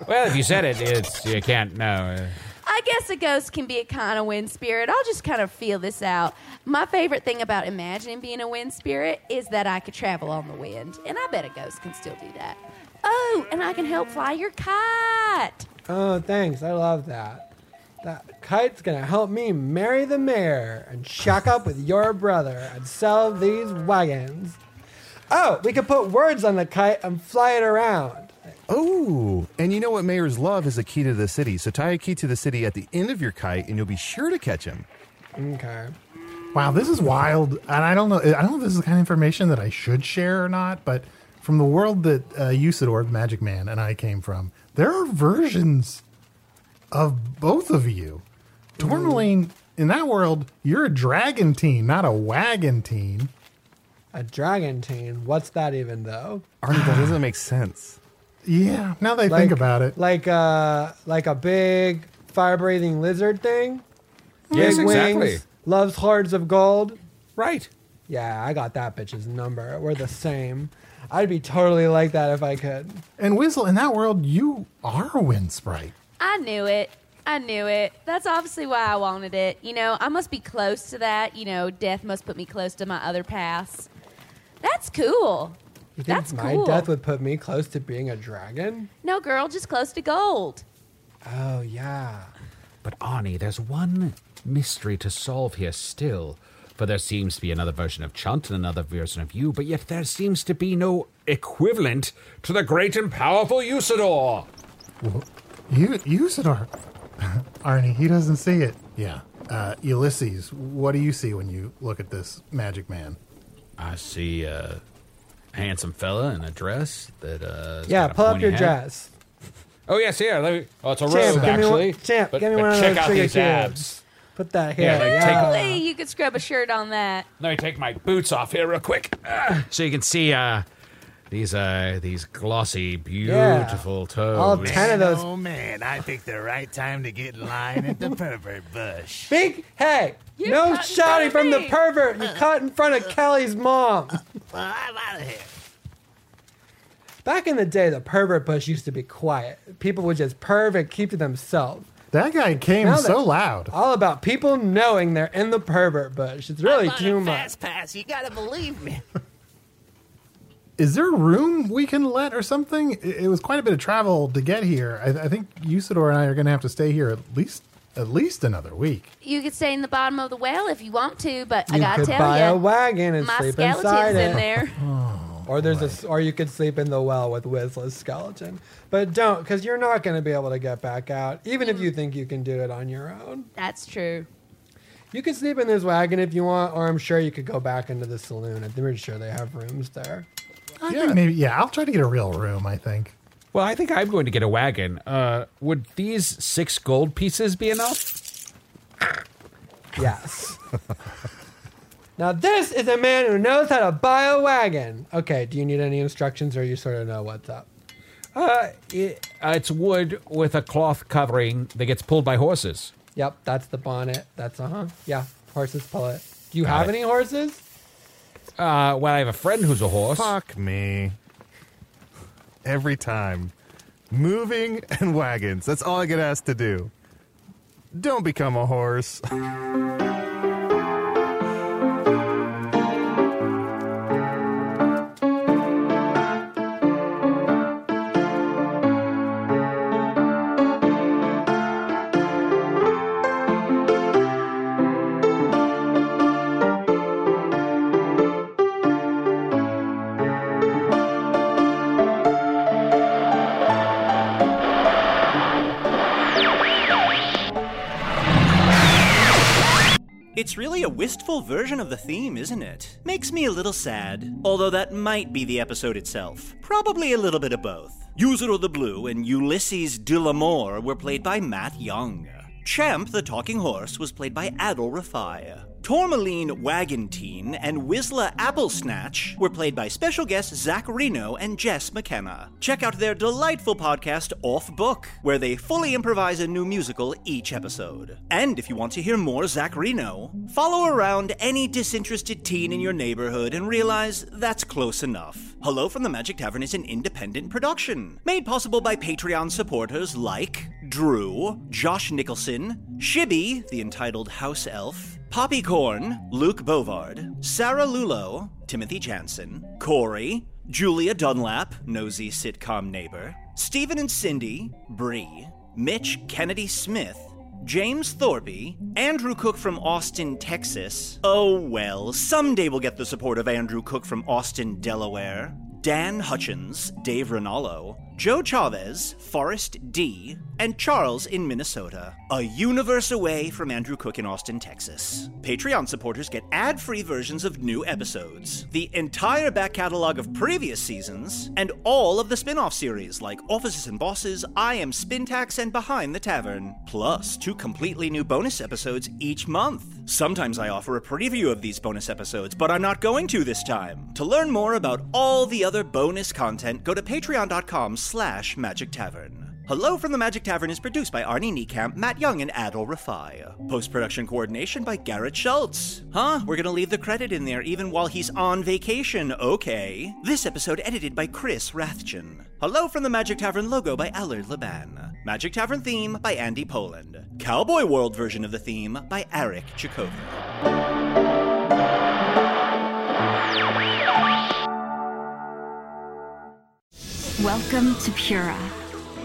Speaker 3: Well, if you said it, it's you can't know.
Speaker 6: I guess a ghost can be a kind of wind spirit. I'll just kind of feel this out. My favorite thing about imagining being a wind spirit is that I could travel on the wind, and I bet a ghost can still do that. Oh, and I can help fly your kite.
Speaker 5: Oh, thanks. I love that. That kite's gonna help me marry the mayor and shack up with your brother and sell these wagons. Oh, we could put words on the kite and fly it around.
Speaker 2: Oh, and you know what mayors love is a key to the city. So tie a key to the city at the end of your kite, and you'll be sure to catch him.
Speaker 5: Okay.
Speaker 4: Wow, this is wild, and I don't know. I don't know if this is the kind of information that I should share or not. But from the world that uh, Usador, the Magic Man, and I came from, there are versions of both of you. Tourmaline, in that world, you're a dragon teen, not a wagon teen.
Speaker 5: A dragon teen. What's that even though?
Speaker 2: Arnie, that
Speaker 4: [SIGHS]
Speaker 2: doesn't make sense.
Speaker 4: Yeah, now that I think about it.
Speaker 5: Like uh like a big fire breathing lizard thing?
Speaker 3: Yes,
Speaker 5: Big wings,
Speaker 3: exactly.
Speaker 5: loves hordes of gold.
Speaker 3: Right.
Speaker 5: Yeah, I got that bitch's number. We're the same. I'd be totally like that if I could.
Speaker 4: And Whistle, in that world, you are a wind sprite.
Speaker 6: I knew it. I knew it. That's obviously why I wanted it. You know, I must be close to that. You know, death must put me close to my other paths. That's cool.
Speaker 5: You think
Speaker 6: That's
Speaker 5: my
Speaker 6: cool.
Speaker 5: death would put me close to being a dragon?
Speaker 6: No, girl, just close to gold.
Speaker 5: Oh, yeah.
Speaker 3: But Arnie, there's one mystery to solve here still. For there seems to be another version of Chunt and another version of you, but yet there seems to be no equivalent to the great and powerful Usador.
Speaker 4: You Usador, [LAUGHS] Arnie, he doesn't see it. Yeah. Uh, Ulysses, what do you see when you look at this magic man?
Speaker 3: I see a handsome fella in a dress that. Uh,
Speaker 5: yeah, pull up your dress.
Speaker 3: Oh yes, here. Let me, oh, it's a
Speaker 5: Champ,
Speaker 3: robe
Speaker 5: give me one-
Speaker 3: actually.
Speaker 5: champ,
Speaker 3: but,
Speaker 5: give me
Speaker 3: but
Speaker 5: one of
Speaker 3: check
Speaker 5: those
Speaker 3: out
Speaker 5: sugar
Speaker 3: these abs.
Speaker 5: Put that here.
Speaker 3: Yeah,
Speaker 5: Yeah,
Speaker 3: take a-
Speaker 5: Uh.
Speaker 6: Hey, you could scrub a shirt on that.
Speaker 3: Let me take my boots off here real quick, Ah, so you can see uh, these uh, these glossy, beautiful toes.
Speaker 2: Oh man, I picked the right time to get in line at the pervert bush.
Speaker 5: Big, hey, no
Speaker 2: cut in front
Speaker 5: shouting
Speaker 2: of
Speaker 5: from the
Speaker 2: me.
Speaker 5: pervert. You caught
Speaker 6: [LAUGHS]
Speaker 5: in front of Kelly's mom.
Speaker 2: Well, I'm out of here.
Speaker 5: Back in the day, the pervert bush used to be quiet. People would just perv and keep to themselves.
Speaker 4: That guy came
Speaker 5: Now
Speaker 4: so
Speaker 5: that's
Speaker 4: loud.
Speaker 5: All about people knowing they're in the pervert bush. It's really too much.
Speaker 2: Fast pass, you gotta believe me.
Speaker 4: Is there room we can let or something? It it was quite a bit of travel to get here. I, I think Usador and I are going to have to stay here at least at least another week.
Speaker 6: You could stay in the bottom of the well if you want to, but I
Speaker 5: You
Speaker 6: gotta
Speaker 5: could
Speaker 6: tell
Speaker 5: buy
Speaker 6: ya,
Speaker 5: a wagon and
Speaker 6: my
Speaker 5: sleep
Speaker 6: skeleton's
Speaker 5: inside it.
Speaker 6: in
Speaker 5: [LAUGHS]
Speaker 6: there.
Speaker 5: or there's a s or you could sleep in the well with Wizla's skeleton, but don't because you're not going to be able to get back out, even if you think you can do it on your own.
Speaker 6: That's true.
Speaker 5: You can sleep in this wagon if you want, or I'm sure you could go back into the saloon. I'm pretty sure they have rooms there.
Speaker 4: I think maybe yeah. I'll try to get a real room. I think.
Speaker 3: Well, I think I'm going to get a wagon. Uh, would these six gold pieces be enough?
Speaker 5: Yes. [LAUGHS] Now this is a man who knows how to buy a wagon. Okay, do you need any instructions, or you sort of know what's up?
Speaker 3: Uh, it, uh, it's wood with a cloth covering that gets pulled by horses.
Speaker 5: Yep, that's the bonnet. That's uh huh. Yeah, horses pull it. Do you
Speaker 3: Got
Speaker 5: have
Speaker 3: it.
Speaker 5: any horses?
Speaker 3: Uh, well, I have a friend who's a horse.
Speaker 15: Fuck me. Every time. Moving and wagons. That's all I get asked to do. Don't become a horse. [LAUGHS]
Speaker 1: It's really a wistful version of the theme, isn't it? Makes me a little sad, although that might be the episode itself. Probably a little bit of both. User of the Blue and Ulysses Delamour were played by Matt Young. Champ the Talking Horse was played by Adol Rafai. Tourmaline Wagantine and Whistler Applesnatch were played by special guests Zach Reno and Jess McKenna. Check out their delightful podcast, Off Book, where they fully improvise a new musical each episode. And if you want to hear more Zach Reno, follow around any disinterested teen in your neighborhood and realize that's close enough. Hello from the Magic Tavern is an independent production made possible by Patreon supporters like Drew, Josh Nicholson, Shibby, the entitled house elf, Poppy Corn, Luke Bovard, Sarah Lulo, Timothy Jansen, Corey, Julia Dunlap, nosy sitcom neighbor, Stephen and Cindy, Bree, Mitch Kennedy Smith, James Thorpe, Andrew Cook from Austin, Texas. Oh well, someday we'll get the support of Andrew Cook from Austin, Delaware. Dan Hutchins, Dave Rinaldo, Joe Chavez, Forrest D, and Charles in Minnesota. A universe away from Andrew Cook in Austin, Texas. Patreon supporters get ad free versions of new episodes, the entire back catalog of previous seasons, and all of the spin off series like Offices and Bosses, I Am Spintax, and Behind the Tavern. Plus, two completely new bonus episodes each month. Sometimes I offer a preview of these bonus episodes, but I'm not going to this time. To learn more about all the other bonus content, go to patreon.com slash magic tavern. Hello from the Magic Tavern is produced by Arnie Niekamp, Matt Young, and Adol Rafai. Post production coordination by Garrett Schultz. Huh? We're gonna leave the credit in there even while he's on vacation, okay? This episode edited by Chris Rathjen. Hello from the Magic Tavern logo by Allard Laban. Magic Tavern theme by Andy Poland. Cowboy World version of the theme by Eric Chakova.
Speaker 16: Welcome to Pura,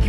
Speaker 16: we